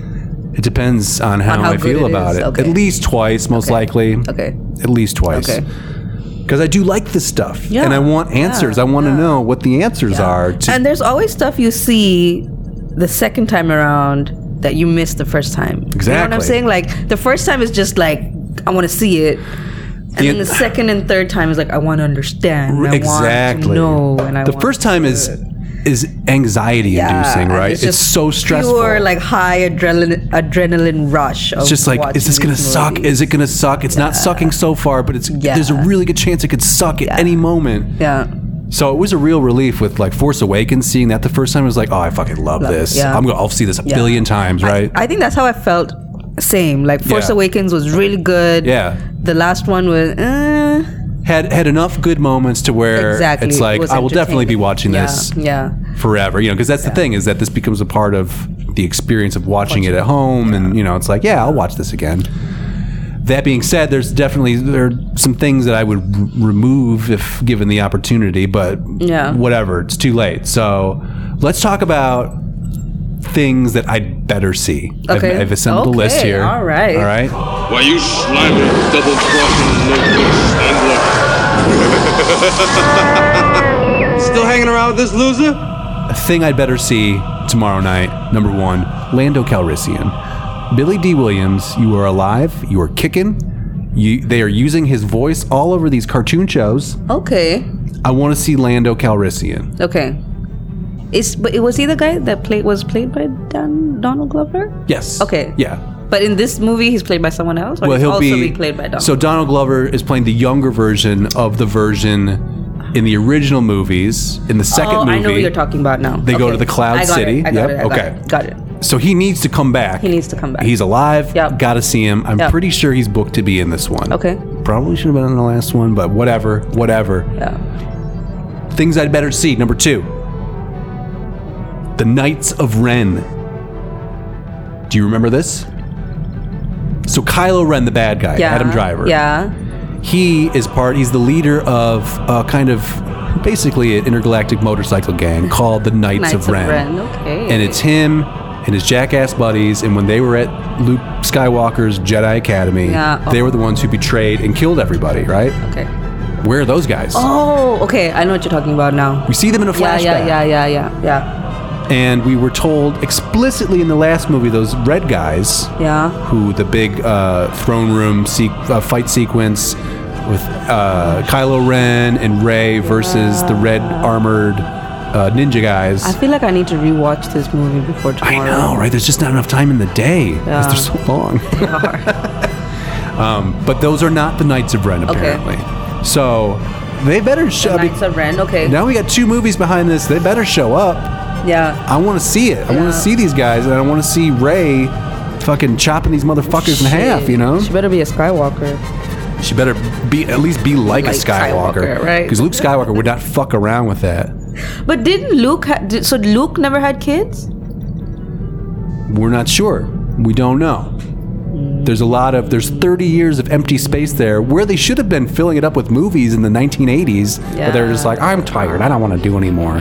Speaker 5: it depends on how,
Speaker 3: how
Speaker 5: I
Speaker 3: good
Speaker 5: feel
Speaker 3: it
Speaker 5: about
Speaker 3: is.
Speaker 5: it.
Speaker 3: Okay.
Speaker 5: At least twice, most likely.
Speaker 3: Okay.
Speaker 5: At least twice.
Speaker 3: Okay.
Speaker 5: Because I do like this stuff,
Speaker 3: Yeah.
Speaker 5: and I want answers. I want to know what the answers are. To,
Speaker 3: And there's always stuff you see the second time around that you missed the first time. You know what I'm
Speaker 5: Exactly.
Speaker 3: saying? Like the first time is just like I want to see it. And then
Speaker 5: The-
Speaker 3: the second and third time is like I want to understand. and I
Speaker 5: exactly.
Speaker 3: Want to know, and I
Speaker 5: the
Speaker 3: want
Speaker 5: first time
Speaker 3: to-
Speaker 5: is is anxiety inducing,
Speaker 3: Yeah,
Speaker 5: right? It's,
Speaker 3: It's, just
Speaker 5: so stressful.
Speaker 3: Pure like high adrenaline adrenaline rush. Of
Speaker 5: it's just like, is this gonna suck? Is it gonna suck? It's not sucking so far, but it's
Speaker 3: Yeah.
Speaker 5: there's a really good chance it could suck at any moment.
Speaker 3: yeah.
Speaker 5: So it was a real relief with like Force Awakens seeing that the first time. I was like, oh, I fucking love this.
Speaker 3: yeah.
Speaker 5: I'm gonna I'll see this a
Speaker 3: Yeah.
Speaker 5: billion times, right?
Speaker 3: I think that's how I felt. Same. Like Force
Speaker 5: Yeah.
Speaker 3: Awakens was really good.
Speaker 5: Yeah.
Speaker 3: The last one was. Uh,
Speaker 5: had had enough good moments to where
Speaker 3: Exactly.
Speaker 5: it's
Speaker 3: It
Speaker 5: like
Speaker 3: was
Speaker 5: I will definitely be
Speaker 3: entertaining.
Speaker 5: watching
Speaker 3: Yeah,
Speaker 5: this
Speaker 3: yeah.
Speaker 5: forever. You know, because that's the thing is that this becomes a part of the experience of watching it at home, and you know, it's like yeah, I'll watch this again. That being said, there's definitely there are some things that I would r- remove if given the opportunity, but
Speaker 3: Yeah.
Speaker 5: whatever, it's too late. So let's talk about things that I'd better see.
Speaker 3: Okay.
Speaker 5: I've, I've assembled a list
Speaker 3: Okay,
Speaker 5: here.
Speaker 3: all right.
Speaker 5: All right.
Speaker 8: Why you slamming, double crossing, no good handler. Still hanging around with this loser?
Speaker 5: thing I'd better see tomorrow night. Number one, Lando Calrissian, Billy D. Williams. You are alive. You are kicking. You, they are using his voice all over these cartoon shows.
Speaker 3: Okay.
Speaker 5: I want to see Lando Calrissian.
Speaker 3: Okay. It's but it was he the guy that played was played by Don, Donald Glover.
Speaker 5: Yes.
Speaker 3: Okay.
Speaker 5: Yeah.
Speaker 3: But in this movie, he's played by someone else. Or
Speaker 5: Well,
Speaker 3: he's
Speaker 5: he'll
Speaker 3: also
Speaker 5: be
Speaker 3: being played by Donald.
Speaker 5: So Donald Glover is playing the younger version of the version in the original movies. In the second
Speaker 3: oh,
Speaker 5: movie,
Speaker 3: I know what you're talking about now.
Speaker 5: They go
Speaker 3: Okay.
Speaker 5: to the Cloud
Speaker 3: I got
Speaker 5: City.
Speaker 3: It. I got
Speaker 5: Yep,
Speaker 3: it. I got
Speaker 5: okay.
Speaker 3: It. Got it.
Speaker 5: So he needs to come back.
Speaker 3: He needs to come back.
Speaker 5: He's alive.
Speaker 3: Yep.
Speaker 5: Got to see him. I'm
Speaker 3: Yep.
Speaker 5: pretty sure he's booked to be in this one.
Speaker 3: Okay.
Speaker 5: Probably should have been in the last one, but whatever. Whatever.
Speaker 3: Yeah.
Speaker 5: Things I'd better see. Number two The Knights of Ren. Do you remember this? So Kylo Ren, the bad guy,
Speaker 3: Yeah.
Speaker 5: Adam Driver.
Speaker 3: Yeah.
Speaker 5: He is part, he's the leader of a kind of basically an intergalactic motorcycle gang called the Knights,
Speaker 3: Knights
Speaker 5: of Ren.
Speaker 3: Okay.
Speaker 5: And it's him and his jackass buddies. And when they were at Luke Skywalker's Jedi Academy,
Speaker 3: Yeah.
Speaker 5: they were the ones who betrayed and killed everybody, right?
Speaker 3: okay.
Speaker 5: Where are those guys?
Speaker 3: Oh, okay. I know what you're talking about now.
Speaker 5: We see them in a
Speaker 3: Yeah,
Speaker 5: flashback.
Speaker 3: yeah, yeah, yeah, yeah, yeah,
Speaker 5: And we were told explicitly in the last movie, those red guys,
Speaker 3: yeah.
Speaker 5: who the big uh, throne room se- uh, fight sequence with uh, Kylo Ren and Rey versus the red armored uh, ninja guys.
Speaker 3: I feel like I need to rewatch this movie before
Speaker 5: I
Speaker 3: tomorrow.
Speaker 5: know, right? There's just not enough time in the day because they're so long. um, but those are not the Knights of Ren, apparently. So they better show. I mean,
Speaker 3: Knights of Ren. Okay.
Speaker 5: now we got two movies behind this. They better show up.
Speaker 3: Yeah.
Speaker 5: I want to see it. I
Speaker 3: Yeah.
Speaker 5: want to see these guys, and I want to see Ray fucking chopping these motherfuckers in half.
Speaker 3: Shit.
Speaker 5: You know,
Speaker 3: She better be a Skywalker.
Speaker 5: she better be at least be like,
Speaker 3: Like
Speaker 5: a Skywalker,
Speaker 3: Skywalker, right.
Speaker 5: Because Luke Skywalker would not fuck around with that.
Speaker 3: But didn't Luke? Ha- did, so Luke never had kids.
Speaker 5: We're not sure. We don't know. There's a lot of there's 30 years of empty space there where they should have been filling it up with movies in the 1980s, but they're just
Speaker 3: Yeah.
Speaker 5: like, I'm tired. I don't want to do anymore.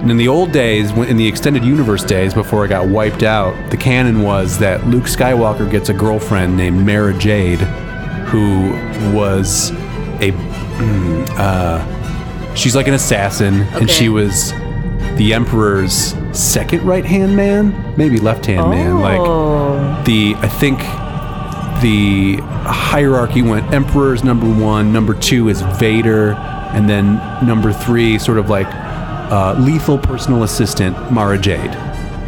Speaker 5: And in the old days, when- in the extended universe days before it got wiped out, the canon was that Luke Skywalker gets a girlfriend named Mara Jade, who was a mm, uh, she's like an assassin, and
Speaker 3: Okay.
Speaker 5: she was the Emperor's second right hand man, maybe left hand man. Like
Speaker 3: oh.
Speaker 5: the I think the hierarchy went Emperor's number one, number two is Vader, and then number three, sort of like uh, lethal personal assistant Mara Jade.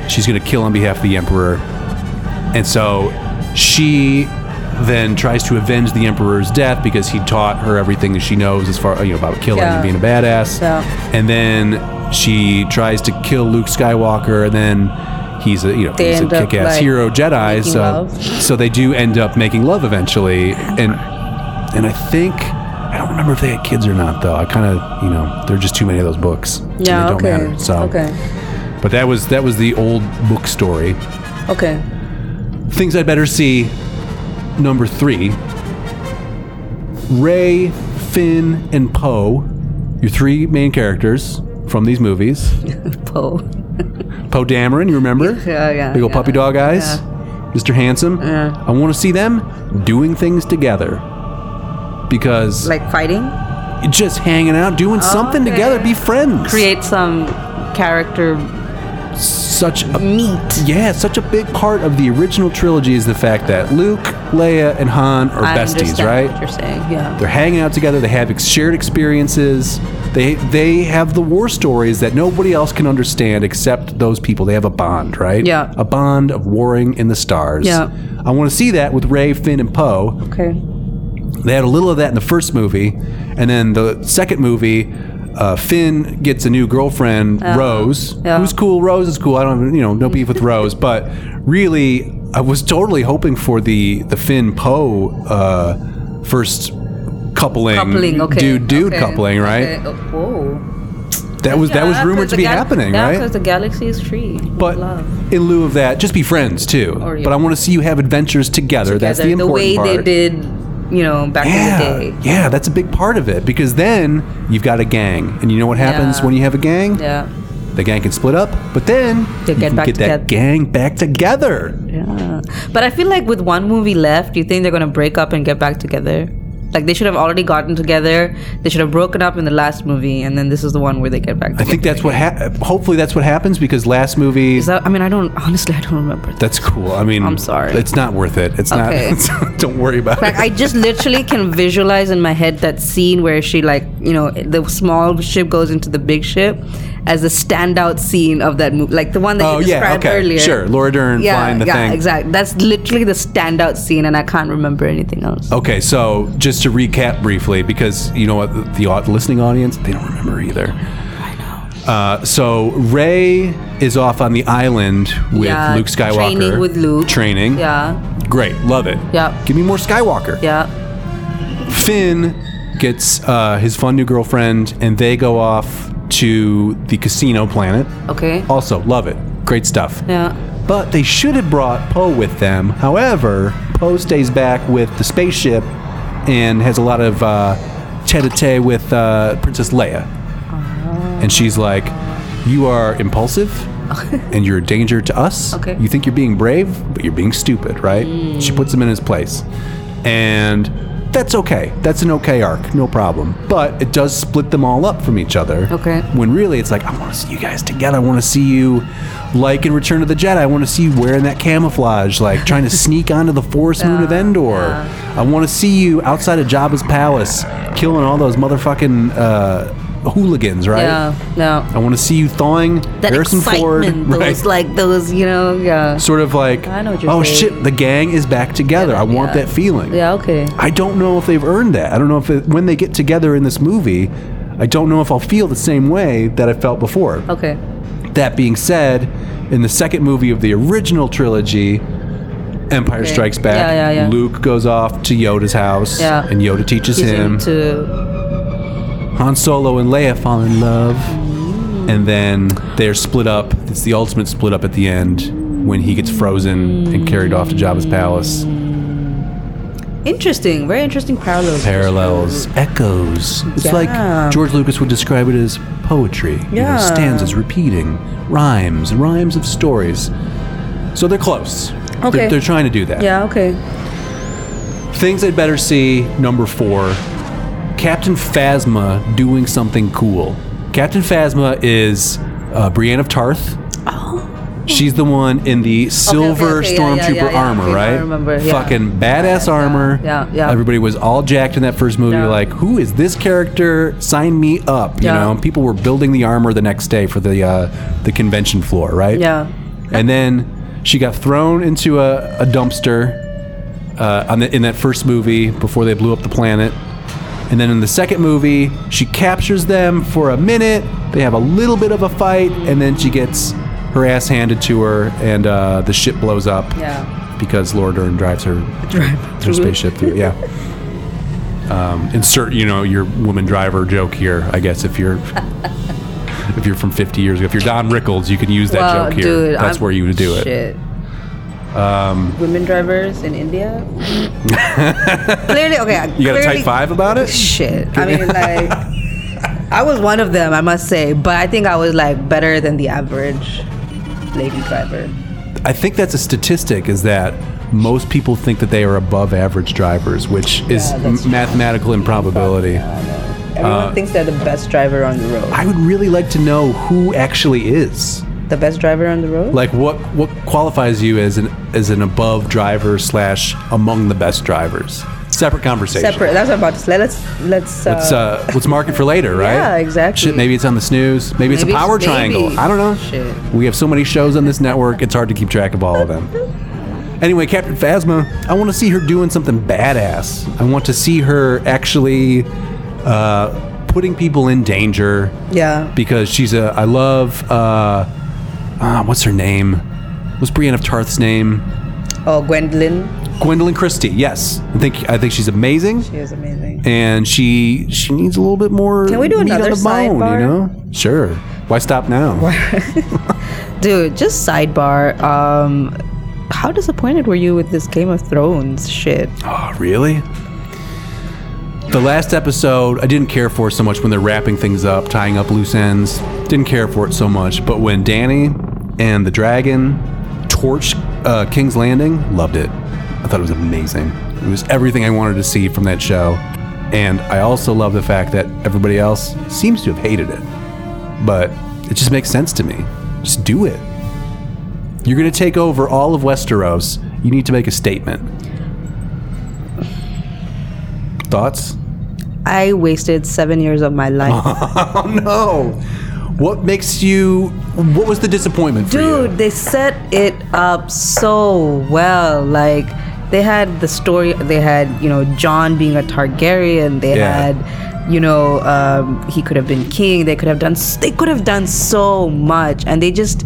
Speaker 5: She's gonna kill on behalf of the Emperor, and so she then tries to avenge the Emperor's death because he taught her everything that she knows as far you know about killing
Speaker 3: Yeah.
Speaker 5: and being a badass.
Speaker 3: Yeah.
Speaker 5: And then she tries to kill Luke Skywalker, and then he's a you know
Speaker 3: They
Speaker 5: he's a
Speaker 3: end up,
Speaker 5: kick-ass
Speaker 3: like,
Speaker 5: hero Jedi.
Speaker 3: making
Speaker 5: So
Speaker 3: love.
Speaker 5: so they do end up making love eventually, and and I think I don't remember if they had kids or not though. I kind of you know there are just too many of those books. and
Speaker 3: Yeah.
Speaker 5: they don't
Speaker 3: okay.
Speaker 5: matter. So
Speaker 3: Okay.
Speaker 5: but that was that was the old book story.
Speaker 3: Okay.
Speaker 5: Things I'd better see. Number three. Ray, Finn, and Poe, your three main characters from these movies.
Speaker 3: Poe.
Speaker 5: Poe Dameron, you remember?
Speaker 3: Yeah, yeah,
Speaker 5: Big old
Speaker 3: yeah.
Speaker 5: puppy dog eyes.
Speaker 3: Yeah.
Speaker 5: Mr. Handsome. I want to see them doing things together. Because
Speaker 3: Like Oh, fighting.
Speaker 5: just hanging out, doing something
Speaker 3: Okay.
Speaker 5: together, be friends.
Speaker 3: Create some character
Speaker 5: such a meat. Yeah, such a big part of the original trilogy is the fact that Luke, Leia, and Han are
Speaker 3: I
Speaker 5: besties,
Speaker 3: understand
Speaker 5: right?
Speaker 3: What you're saying, yeah.
Speaker 5: They're hanging out together. They have ex- shared experiences. They they have the war stories that nobody else can understand except those people. They have a bond, right?
Speaker 3: Yeah.
Speaker 5: A bond of warring in the stars.
Speaker 3: Yeah.
Speaker 5: I want to see that with Ray, Finn, and Poe.
Speaker 3: okay.
Speaker 5: They had a little of that in the first movie, and then the second movie, uh, Finn gets a new girlfriend, Rose,
Speaker 3: Uh-huh. yeah.
Speaker 5: who's cool. Rose is cool. I don't, have, you know, no beef with Rose, but really, I was totally hoping for the the Finn Poe uh, first coupling,
Speaker 3: Coupling, okay.
Speaker 5: dude dude
Speaker 3: okay,
Speaker 5: coupling, right?
Speaker 3: okay, oh, Whoa.
Speaker 5: That was that was
Speaker 3: Yeah,
Speaker 5: rumored
Speaker 3: 'cause
Speaker 5: to
Speaker 3: the
Speaker 5: be
Speaker 3: gal-
Speaker 5: happening,
Speaker 3: yeah,
Speaker 5: right?
Speaker 3: Because the galaxy is free. with
Speaker 5: But
Speaker 3: love.
Speaker 5: in lieu of that, just be friends too.
Speaker 3: Or, yeah.
Speaker 5: But I want to see you have adventures together. That's the
Speaker 3: Together,
Speaker 5: important
Speaker 3: way
Speaker 5: part.
Speaker 3: they did, you know, back
Speaker 5: Yeah,
Speaker 3: in the day.
Speaker 5: yeah, that's a big part of it because then you've got a gang, and you know what happens
Speaker 3: Yeah.
Speaker 5: when you have a gang?
Speaker 3: Yeah.
Speaker 5: The gang can split up, but then
Speaker 3: They
Speaker 5: you
Speaker 3: get
Speaker 5: can
Speaker 3: back
Speaker 5: get that
Speaker 3: together.
Speaker 5: gang back together.
Speaker 3: Yeah. But I feel like with one movie left, do you think they're going to break up and get back together? Like they should have already gotten together. They should have broken up in the last movie, and then this is the one where they get back.
Speaker 5: I
Speaker 3: Together.
Speaker 5: think that's what. Ha- hopefully, that's what happens because last movie.
Speaker 3: Is that, I mean, I don't honestly, I don't remember. That.
Speaker 5: that's cool. I mean,
Speaker 3: I'm sorry.
Speaker 5: It's not worth it. It's
Speaker 3: Okay.
Speaker 5: not. don't worry about
Speaker 3: Like
Speaker 5: it.
Speaker 3: I just literally can visualize in my head that scene where she like you know the small ship goes into the big ship as the standout scene of that movie, like the one that
Speaker 5: oh
Speaker 3: you
Speaker 5: yeah.
Speaker 3: described
Speaker 5: Okay.
Speaker 3: earlier.
Speaker 5: Sure. Laura Dern
Speaker 3: Yeah,
Speaker 5: flying the
Speaker 3: yeah,
Speaker 5: thing.
Speaker 3: exactly. That's literally the standout scene, and I can't remember anything else.
Speaker 5: Okay, so just to recap briefly, because you know what, the, the au- listening audience, they don't remember either. Uh, so Ray is off on the island with
Speaker 3: Yeah,
Speaker 5: Luke Skywalker.
Speaker 3: training with Luke.
Speaker 5: Training.
Speaker 3: Yeah,
Speaker 5: Great. Love it.
Speaker 3: Yeah.
Speaker 5: Give me more Skywalker.
Speaker 3: yeah,
Speaker 5: Finn gets uh, his fun new girlfriend, and they go off to the casino planet.
Speaker 3: okay,
Speaker 5: Also, love it. Great stuff.
Speaker 3: yeah.
Speaker 5: But they should have brought Poe with them. However, Poe stays back with the spaceship and has a lot of uh, tete-a-tete with uh, Princess Leia.
Speaker 3: Oh.
Speaker 5: And she's like, "You are impulsive, and you're a danger to us.
Speaker 3: Okay. Mm.
Speaker 5: You think you're being brave, but you're being stupid, right?" She puts him in his place, and that's okay. That's an okay arc, no problem. But it does split them all up from each other.
Speaker 3: Okay.
Speaker 5: When really it's like, I want to see you guys together. I want to see you like in Return of the Jedi. I want to see you wearing that camouflage, like trying to sneak onto the Force Moon
Speaker 3: Uh,
Speaker 5: of Endor. I want to see you outside of Jabba's palace, killing all those motherfucking uh, hooligans, right?
Speaker 3: Yeah, no.
Speaker 5: I want to see you thawing
Speaker 3: That
Speaker 5: Oh, Harrison Ford,
Speaker 3: excitement,
Speaker 5: right?
Speaker 3: those like those, you know, yeah,
Speaker 5: sort of like,
Speaker 3: I know what you're
Speaker 5: oh
Speaker 3: saying."
Speaker 5: shit, the gang is back together. I want
Speaker 3: yeah.
Speaker 5: that feeling.
Speaker 3: yeah, okay,
Speaker 5: I don't know if they've earned that. I don't know if it, when they get together in this movie, I don't know if I'll feel the same way that I felt before.
Speaker 3: okay,
Speaker 5: That being said, in the second movie of the original trilogy, Empire
Speaker 3: Okay.
Speaker 5: Strikes Back,
Speaker 3: Yeah, yeah, yeah.
Speaker 5: Luke goes off to Yoda's house,
Speaker 3: Yeah.
Speaker 5: and Yoda teaches
Speaker 3: He's
Speaker 5: him.
Speaker 3: into
Speaker 5: Han Solo and Leia fall in love, and then they're split up. It's the ultimate split up at the end when he gets frozen and carried off to Jabba's palace.
Speaker 3: interesting, very interesting parallels.
Speaker 5: parallels, echoes. It's
Speaker 3: Yeah.
Speaker 5: like George Lucas would describe it as poetry. You know,
Speaker 3: Yeah.
Speaker 5: stanzas repeating, rhymes, rhymes of stories. So they're close. They're-
Speaker 3: Okay.
Speaker 5: They're, trying to do that.
Speaker 3: Yeah, okay.
Speaker 5: Things I'd better see number four Captain Phasma doing something cool. Captain Phasma is uh, Brienne of Tarth. She's the one in the silver
Speaker 3: Oh. okay, yeah, yeah,
Speaker 5: stormtrooper
Speaker 3: yeah, yeah.
Speaker 5: armor,
Speaker 3: Okay, now I
Speaker 5: right?
Speaker 3: remember, yeah.
Speaker 5: Fucking badass armor.
Speaker 3: yeah, yeah.
Speaker 5: Everybody was all jacked in that first movie.
Speaker 3: Yeah.
Speaker 5: Like, who is this character? Sign me up. You
Speaker 3: Yeah.
Speaker 5: know, And people were building the armor the next day for the uh, the convention floor, right?
Speaker 3: Yeah.
Speaker 5: And then she got thrown into a, a dumpster uh, on the, in that first movie before they blew up the planet. And then in the second movie, she captures them for a minute. They have a little bit of a fight, and then she gets her ass handed to her, and uh, the ship blows up.
Speaker 3: Yeah.
Speaker 5: Because Laura Dern drives her,
Speaker 3: Mm-hmm.
Speaker 5: her spaceship through. Yeah. Um, insert, you know, your woman driver joke here. I guess if you're if you're from 50 years ago, if you're Don Rickles, you can use that
Speaker 3: Wow,
Speaker 5: joke here.
Speaker 3: dude,
Speaker 5: That's
Speaker 3: I'm-
Speaker 5: where you do it. Um,
Speaker 3: Shit. Women drivers in India. clearly, okay.
Speaker 5: You got a
Speaker 3: clearly-
Speaker 5: type five about it?
Speaker 3: Shit. I mean, like, I was one of them, I must say, but I think I was like better than the average lady driver.
Speaker 5: I think that's a statistic is that most people think that they are above average drivers, which is m- mathematical improbability.
Speaker 3: Uh, Everyone thinks they're the best driver on the road.
Speaker 5: I would really like to know who actually is.
Speaker 3: the best driver on the road?
Speaker 5: Like what what qualifies you as an as an above driver slash among the best drivers? Separate conversation.
Speaker 3: Separate. uh, That's what I'm about to say. Let's let's. Uh,
Speaker 5: Let's uh, let's mark it for later, right?
Speaker 3: Yeah, exactly.
Speaker 5: Shit, maybe it's on the snooze. Maybe, it's a
Speaker 3: Maybe it's-
Speaker 5: power
Speaker 3: maybe.
Speaker 5: triangle. I don't know.
Speaker 3: Shit.
Speaker 5: We have so many shows on this network; it's hard to keep track of all of them. Anyway, Captain Phasma, I want to see her doing something badass. I want to see her actually uh, putting people in danger.
Speaker 3: Yeah.
Speaker 5: Because she's a. I love. Uh, ah, what's her name? What's Brienne of Tarth's name?
Speaker 3: oh, Gwendolyn.
Speaker 5: Gwendolyn Christie. Yes, I think I think she's amazing
Speaker 3: She was amazing.
Speaker 5: and she she needs a little bit more.
Speaker 3: Can we do
Speaker 5: meat on
Speaker 3: another
Speaker 5: the bone,
Speaker 3: sidebar?
Speaker 5: You know, sure. Why stop now?
Speaker 3: Dude, just sidebar. Um, how disappointed were you with this Game of Thrones shit?
Speaker 5: Oh, really? The last episode, I didn't care for so much when they're wrapping things up, tying up loose ends. Didn't care for it so much, but when Danny and the dragon torched uh, King's Landing, loved it. I thought it was amazing. It was everything I wanted to see from that show, and I also love the fact that everybody else seems to have hated it. but it just makes sense to me. Just do it. You're going to take over all of Westeros. You need to make a statement. Thoughts?
Speaker 3: I wasted seven years of my life.
Speaker 5: Oh no. What makes you what was the disappointment for you?
Speaker 3: Dude, they set it up so well. Like, they had the story, they had, you know, John being a Targaryen, they
Speaker 5: Yeah.
Speaker 3: had, you know, um, he could have been king, they could have done, s- they could have done so much, and they just,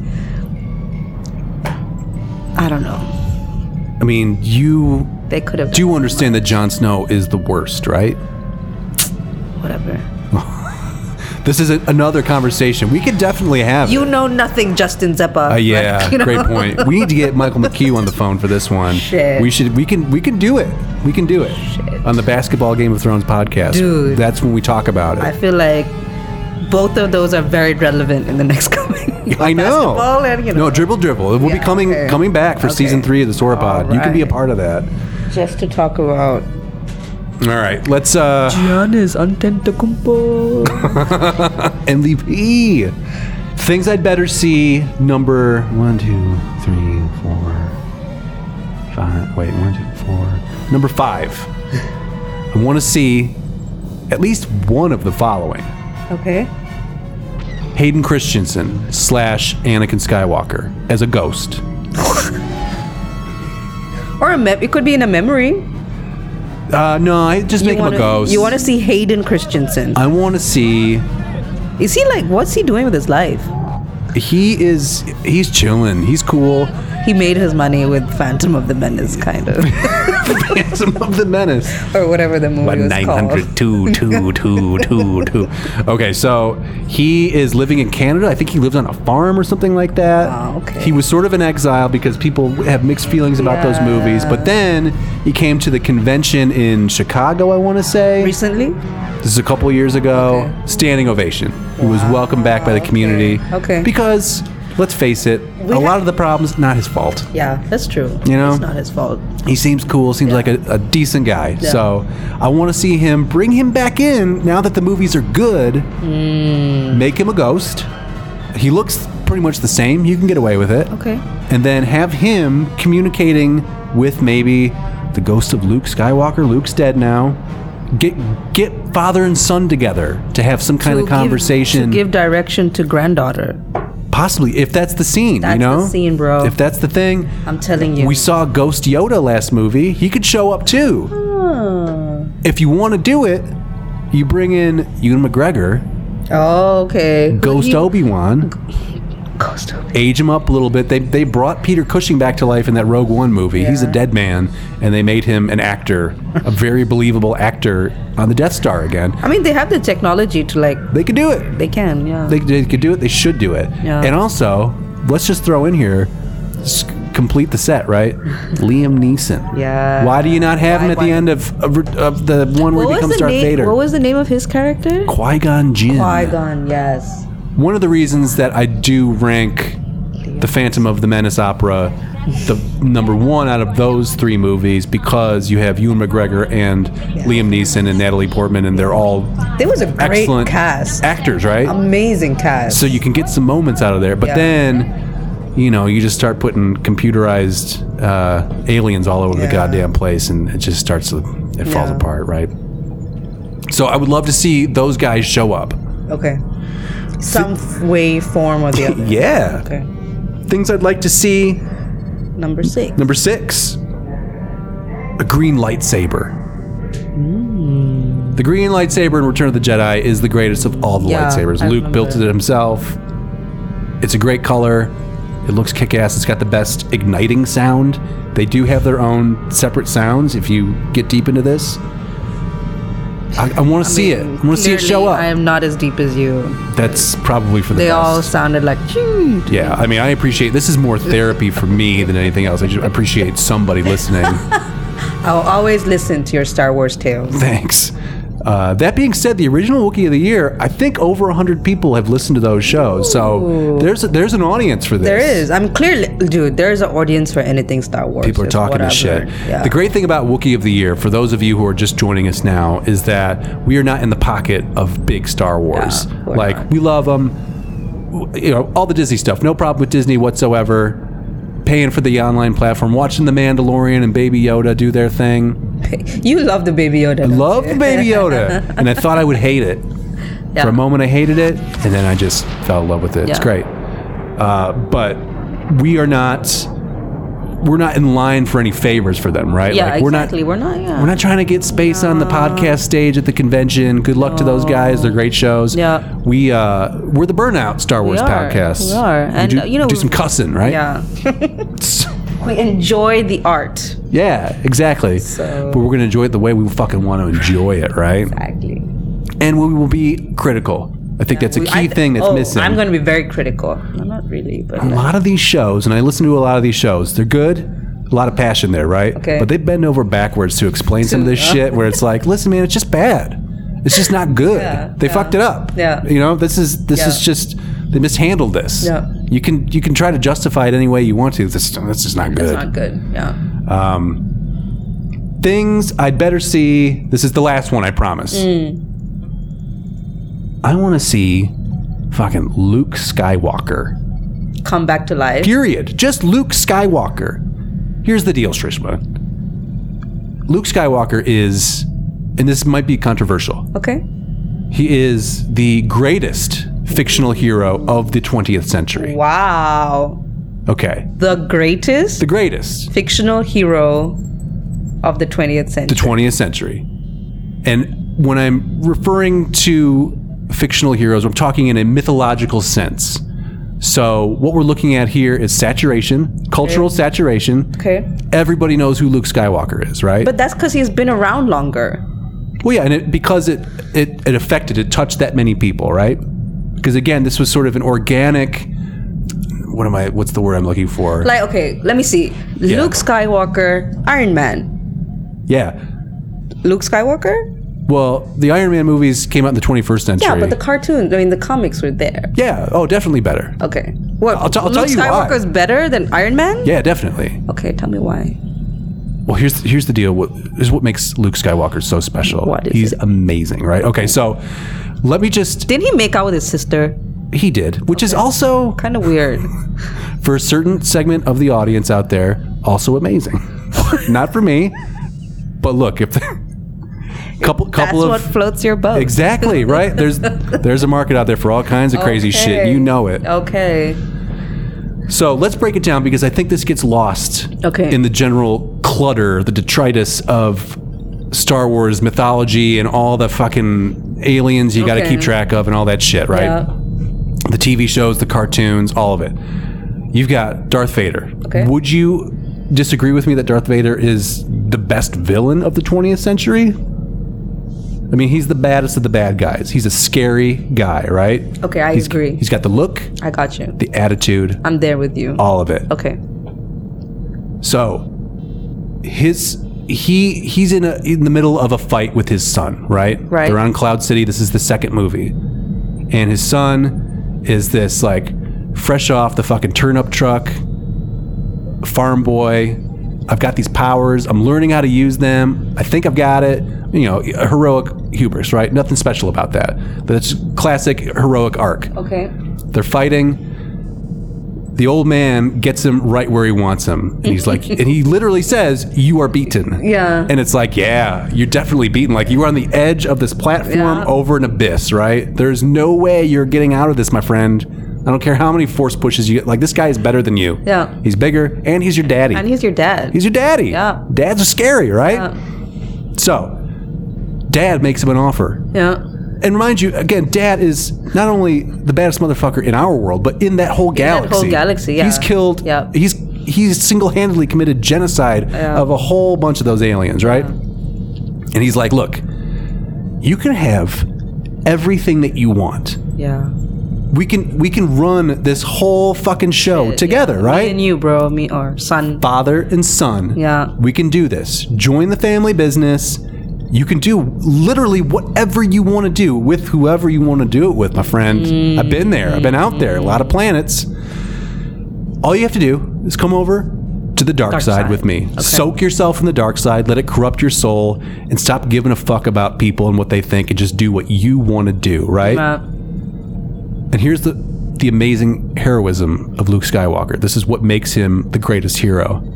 Speaker 3: I don't know,
Speaker 5: I mean, you
Speaker 3: they could have
Speaker 5: do you understand that Jon Snow is the worst, right?
Speaker 3: done whatever.
Speaker 5: This is a, another conversation. We could definitely have
Speaker 3: You
Speaker 5: it.
Speaker 3: know nothing, Justin Zeppa.
Speaker 5: Uh, yeah,
Speaker 3: Like, you know?
Speaker 5: great point. We need to get Michael McHugh on the phone for this one.
Speaker 3: Shit.
Speaker 5: We should. We can. We can do it. We can do it on the Basketball Game of Thrones podcast.
Speaker 3: Dude.
Speaker 5: that's when we talk about
Speaker 3: I
Speaker 5: it.
Speaker 3: feel like both of those are very relevant in the next coming.
Speaker 5: I know.
Speaker 3: Basketball and, you know.
Speaker 5: No dribble, dribble. It will be
Speaker 3: Yeah,
Speaker 5: coming
Speaker 3: okay.
Speaker 5: coming back for
Speaker 3: Okay.
Speaker 5: season three of the Sauropod. You can be a
Speaker 3: Alright.
Speaker 5: part of that.
Speaker 3: Just to talk about.
Speaker 5: All right, let's. uh
Speaker 3: Giannis Antetokounmpo.
Speaker 5: MVP. Things I'd better see number one, two, three, four, five. Wait, one, two, four. Number five. I want to see at least one of the following
Speaker 3: okay.
Speaker 5: Hayden Christensen slash Anakin Skywalker as a ghost.
Speaker 3: Or a mem- it could be in a memory.
Speaker 5: Uh, no, I just make him a ghost. Uh.
Speaker 3: You want to see Hayden Christensen?
Speaker 5: I want to see.
Speaker 3: Is he like? What's he doing with his life?
Speaker 5: He is. He's chilling. He's cool.
Speaker 3: He made his money with Phantom of the Menace, kind of,
Speaker 5: Phantom of the Menace.
Speaker 3: or whatever the movie was called.
Speaker 5: 2, 2, 2, 2, 2. Okay, so he is living in Canada. I think he lives on a farm or something like that.
Speaker 3: Ah, okay.
Speaker 5: He was sort of an exile because people have mixed feelings about those movies. But then he came to the convention in Chicago, I want to say.
Speaker 3: Recently.
Speaker 5: This is a couple years ago. Standing ovation. He was welcomed back by the community.
Speaker 3: okay.
Speaker 5: Because, let's face it, a lot of the problems, not his fault
Speaker 3: Yeah, that's true.
Speaker 5: You know?
Speaker 3: it's not his fault.
Speaker 5: he seems cool seems like a, a decent guy so i want to see him bring him back in now that the movies are good
Speaker 3: Hmm.
Speaker 5: make him a ghost he looks pretty much the same you can get away with it
Speaker 3: Okay.
Speaker 5: and then have him communicating with maybe the ghost of luke skywalker luke's dead now get get father and son together to have some kind
Speaker 3: To
Speaker 5: of
Speaker 3: give-
Speaker 5: conversation
Speaker 3: to give direction to granddaughter.
Speaker 5: possibly if that's the scene you
Speaker 3: That's the
Speaker 5: know
Speaker 3: scene, bro.
Speaker 5: if that's the thing
Speaker 3: I'm telling you.
Speaker 5: we saw Ghost Yoda last movie. He could show up too. If you want to do it, you bring in Ewan McGregor,
Speaker 3: Oh, okay.
Speaker 5: Ghost
Speaker 3: He-
Speaker 5: Obi Wan,
Speaker 3: Ghost Obi.
Speaker 5: age him up a little bit. They, they brought Peter Cushing back to life in that Rogue One movie. He's a dead man, and they made him an actor, a very believable actor on the Death Star again.
Speaker 3: I mean, they have the technology to like.
Speaker 5: They could do it.
Speaker 3: They can, yeah.
Speaker 5: They, they could do it. They should do it.
Speaker 3: Yeah.
Speaker 5: And also, let's just throw in here. s- Complete the set, right? Liam Neeson.
Speaker 3: Yeah.
Speaker 5: Why do you not have him at the end of of, of the one
Speaker 3: what
Speaker 5: where he
Speaker 3: was
Speaker 5: becomes
Speaker 3: the
Speaker 5: Darth
Speaker 3: name?
Speaker 5: Vader?
Speaker 3: What was the name of his character?
Speaker 5: Qui Gon Jinn.
Speaker 3: Qui-Gon, yes.
Speaker 5: One of the reasons that I do rank the Phantom of the Menace opera the number one out of those three movies because you have Ewan McGregor and Liam Neeson and Natalie Portman, and they're all
Speaker 9: There was a great
Speaker 5: excellent
Speaker 9: cast.
Speaker 5: actors, right?
Speaker 9: Amazing cast.
Speaker 5: so you can get some moments out of there, but
Speaker 9: Yeah.
Speaker 5: then you know you just start putting computerized uh, aliens all over the
Speaker 9: Yeah.
Speaker 5: goddamn place, and it just starts to it falls
Speaker 9: Yeah.
Speaker 5: apart, right? So I would love to see those guys show up.
Speaker 9: okay. Some f- way, form, or the other.
Speaker 5: Yeah,
Speaker 9: Okay.
Speaker 5: things I'd like to see.
Speaker 3: Number six.
Speaker 5: Number six, a green lightsaber. The green lightsaber in Return of the Jedi is the greatest of all the
Speaker 3: Hmm. Yeah,
Speaker 5: lightsabers.
Speaker 3: I
Speaker 5: Luke built it
Speaker 3: remember.
Speaker 5: himself. It's a great color. It looks kick ass. It's got the best igniting sound. They do have their own separate sounds if you get deep into this. I, I want to see it. I want to see it show
Speaker 3: Clearly,
Speaker 5: up.
Speaker 3: I am not as deep as you.
Speaker 5: That's probably for the
Speaker 3: They
Speaker 5: best.
Speaker 3: all sounded like. "Choo."
Speaker 5: Yeah, I mean, I appreciate this is more therapy for me than anything else. I just appreciate somebody listening.
Speaker 9: I'll always listen to your Star Wars tales.
Speaker 5: Thanks. Uh, that being said, the original Wookiee of the Year, I think over 100 people have listened to those shows. So there's there's an audience for this.
Speaker 9: There is. I'm clearly, dude. There's an audience for anything Star Wars.
Speaker 5: People are
Speaker 9: is
Speaker 5: talking
Speaker 9: what
Speaker 5: this
Speaker 9: I've
Speaker 5: shit.
Speaker 9: learned. Yeah.
Speaker 5: The great thing about Wookiee of the Year, for those of you who are just joining us now, is that we are not in the pocket of big Star Wars.
Speaker 9: we're
Speaker 5: like,
Speaker 9: not.
Speaker 5: we love them. You know, all the Disney stuff. No problem with Disney whatsoever. Paying for the online platform, watching The Mandalorian and Baby Yoda do their thing.
Speaker 9: you love the Baby Yoda. don't
Speaker 5: Love
Speaker 9: you?
Speaker 5: Baby Yoda. and I thought I would hate it. For a moment, I hated it, and then I just fell in love with it. It's
Speaker 3: Yeah.
Speaker 5: great. Uh, but we are not. We're not in line for any favors for them, right?
Speaker 3: Yeah,
Speaker 5: we're
Speaker 3: exactly.
Speaker 5: Not,
Speaker 3: We're not. Yeah.
Speaker 5: we're not trying to get space on the podcast stage at the convention. Good luck to those guys; they're great shows.
Speaker 3: Yeah.
Speaker 5: we uh, we're the burnout Star Wars
Speaker 3: are.
Speaker 5: podcast.
Speaker 3: We are.
Speaker 5: We
Speaker 3: And,
Speaker 5: do,
Speaker 3: uh, you know,
Speaker 5: do
Speaker 3: we-
Speaker 5: some cussing, right?
Speaker 3: Yeah. we enjoy the art.
Speaker 5: Yeah, exactly. But we're gonna enjoy it the way we fucking want to enjoy it, right?
Speaker 9: Exactly.
Speaker 5: And we will be critical. I think that's a key
Speaker 9: I-
Speaker 5: thing that's
Speaker 9: oh,
Speaker 5: missing.
Speaker 9: I'm going to be very critical. I'm not really, but
Speaker 5: a lot of these shows, and I listen to a lot of these shows. They're good, a lot of passion there, right?
Speaker 9: Okay.
Speaker 5: But they bend over backwards to explain some of this shit where it's like, listen, man, it's just bad. It's just not good. they fucked it up.
Speaker 9: Yeah.
Speaker 5: You know, this is this is
Speaker 9: Yeah.
Speaker 5: just they mishandled this.
Speaker 9: Yeah.
Speaker 5: You can you can try to justify it any way you want to. This this is not good.
Speaker 9: not good. Yeah.
Speaker 5: Um, things I'd better see. This is the last one, I promise.
Speaker 9: Mm.
Speaker 5: I want to see fucking Luke Skywalker.
Speaker 9: Come back to life.
Speaker 5: Period. Just Luke Skywalker. Here's the deal, Shrishma. Luke Skywalker is, and this might be controversial,
Speaker 9: Okay.
Speaker 5: he is the greatest fictional hero of the 20th century.
Speaker 9: Wow.
Speaker 5: Okay.
Speaker 9: The greatest
Speaker 5: The greatest.
Speaker 9: fictional hero of the 20th
Speaker 5: The
Speaker 9: century.
Speaker 5: 20th century. And when I'm referring to fictional heroes, I'm talking in a mythological sense. So, what we're looking at here is saturation, cultural saturation.
Speaker 9: okay.
Speaker 5: Everybody knows who Luke Skywalker is, right?
Speaker 9: But that's because he's been around longer.
Speaker 5: Well, yeah, and it, because it, it it affected, it touched that many people, right? Because again, this was sort of an organic. What am I? What's the word I'm looking for?
Speaker 9: Like, okay, let me see. Luke Skywalker, Iron Man.
Speaker 5: yeah.
Speaker 9: Luke Skywalker?
Speaker 5: Well, the Iron Man movies came out in the 21st century.
Speaker 9: Yeah, but the cartoons, I mean, the comics were there.
Speaker 5: yeah. Oh, definitely better.
Speaker 9: Okay. What?
Speaker 5: I'll t- I'll
Speaker 9: Luke
Speaker 5: tell you why.
Speaker 9: Skywalker's better than Iron Man?
Speaker 5: Yeah, definitely.
Speaker 9: Okay, tell me why.
Speaker 5: Well, here's here's the deal. What is what makes Luke Skywalker so special?
Speaker 9: What is
Speaker 5: He's
Speaker 9: it?
Speaker 5: amazing, right? Okay, so let me just.
Speaker 3: Didn't he make out with his sister?
Speaker 5: He did, which is also
Speaker 3: Kind of weird.
Speaker 5: for a certain segment of the audience out there, also amazing. Not for me, but look, if couple
Speaker 3: That's
Speaker 5: couple
Speaker 3: what
Speaker 5: of
Speaker 3: floats your boat.
Speaker 5: exactly right, there's there's a market out there for all kinds of crazy shit.
Speaker 9: Okay.
Speaker 5: You know it.
Speaker 3: Okay.
Speaker 5: So let's break it down because I think this gets lost
Speaker 9: Okay.
Speaker 5: in the general clutter, the detritus of Star Wars mythology and all the fucking aliens you got to
Speaker 9: Okay.
Speaker 5: keep track of and all that shit, right?
Speaker 9: Yeah.
Speaker 5: The TV shows, the cartoons, all of it. You've got Darth Vader.
Speaker 9: Okay.
Speaker 5: Would you disagree with me that Darth Vader is the best villain of the 20th century? I mean, he's the baddest of the bad guys. He's a scary guy, right?
Speaker 9: Okay, I
Speaker 5: He's-
Speaker 9: agree.
Speaker 5: He's got the look,
Speaker 9: I got you.
Speaker 5: the attitude,
Speaker 9: I'm there with you.
Speaker 5: all of it.
Speaker 9: Okay.
Speaker 5: So his he he's in a in the middle of a fight with his son, right?
Speaker 3: Right.
Speaker 5: They're on Cloud City. This is the second movie. And his son is this like fresh off the fucking turnip truck farm boy. I've got these powers. I'm learning how to use them. I think I've got it. You know, heroic hubris, right? Nothing special about that. That's classic heroic arc.
Speaker 3: Okay.
Speaker 5: They're fighting. The old man gets him right where he wants him. And he's like, and he literally says, You are beaten.
Speaker 9: Yeah.
Speaker 5: And it's like, Yeah, you're definitely beaten. Like, you were on the edge of this platform
Speaker 9: Yeah.
Speaker 5: over an abyss, right? There's no way you're getting out of this, my friend. I don't care how many force pushes you get. Like, this guy is better than you.
Speaker 9: Yeah.
Speaker 5: He's bigger and he's your daddy.
Speaker 3: And he's your dad.
Speaker 5: He's your daddy.
Speaker 3: Yeah.
Speaker 5: Dads are scary, right?
Speaker 9: Yeah.
Speaker 5: So, dad makes him an offer.
Speaker 9: Yeah.
Speaker 5: And mind you, again, dad is not only the baddest motherfucker in our world, but in that whole
Speaker 3: that
Speaker 5: galaxy.
Speaker 3: whole galaxy, yeah.
Speaker 5: He's killed.
Speaker 3: Yeah.
Speaker 5: He's he's single-handedly committed genocide of a whole bunch of those aliens, right? And he's like, "Look, you can have everything that you want.
Speaker 3: yeah.
Speaker 5: We can we can run this whole fucking show together,
Speaker 3: Me
Speaker 5: right?
Speaker 3: and you, bro. Me or son.
Speaker 5: father and son.
Speaker 3: Yeah.
Speaker 5: We can do this. Join the family business. You can do literally whatever you want to do with whoever you want to do it with, my friend. I've been there. I've been out there, a lot of planets. All you have to do is come over to the dark, side,
Speaker 3: side.
Speaker 5: with me. Soak yourself in the dark side, let it corrupt your soul, and stop giving a fuck about people and what they think and just do what you want to do, right?
Speaker 3: Uh,
Speaker 5: And here's the the amazing heroism of Luke Skywalker. This is what makes him the greatest hero.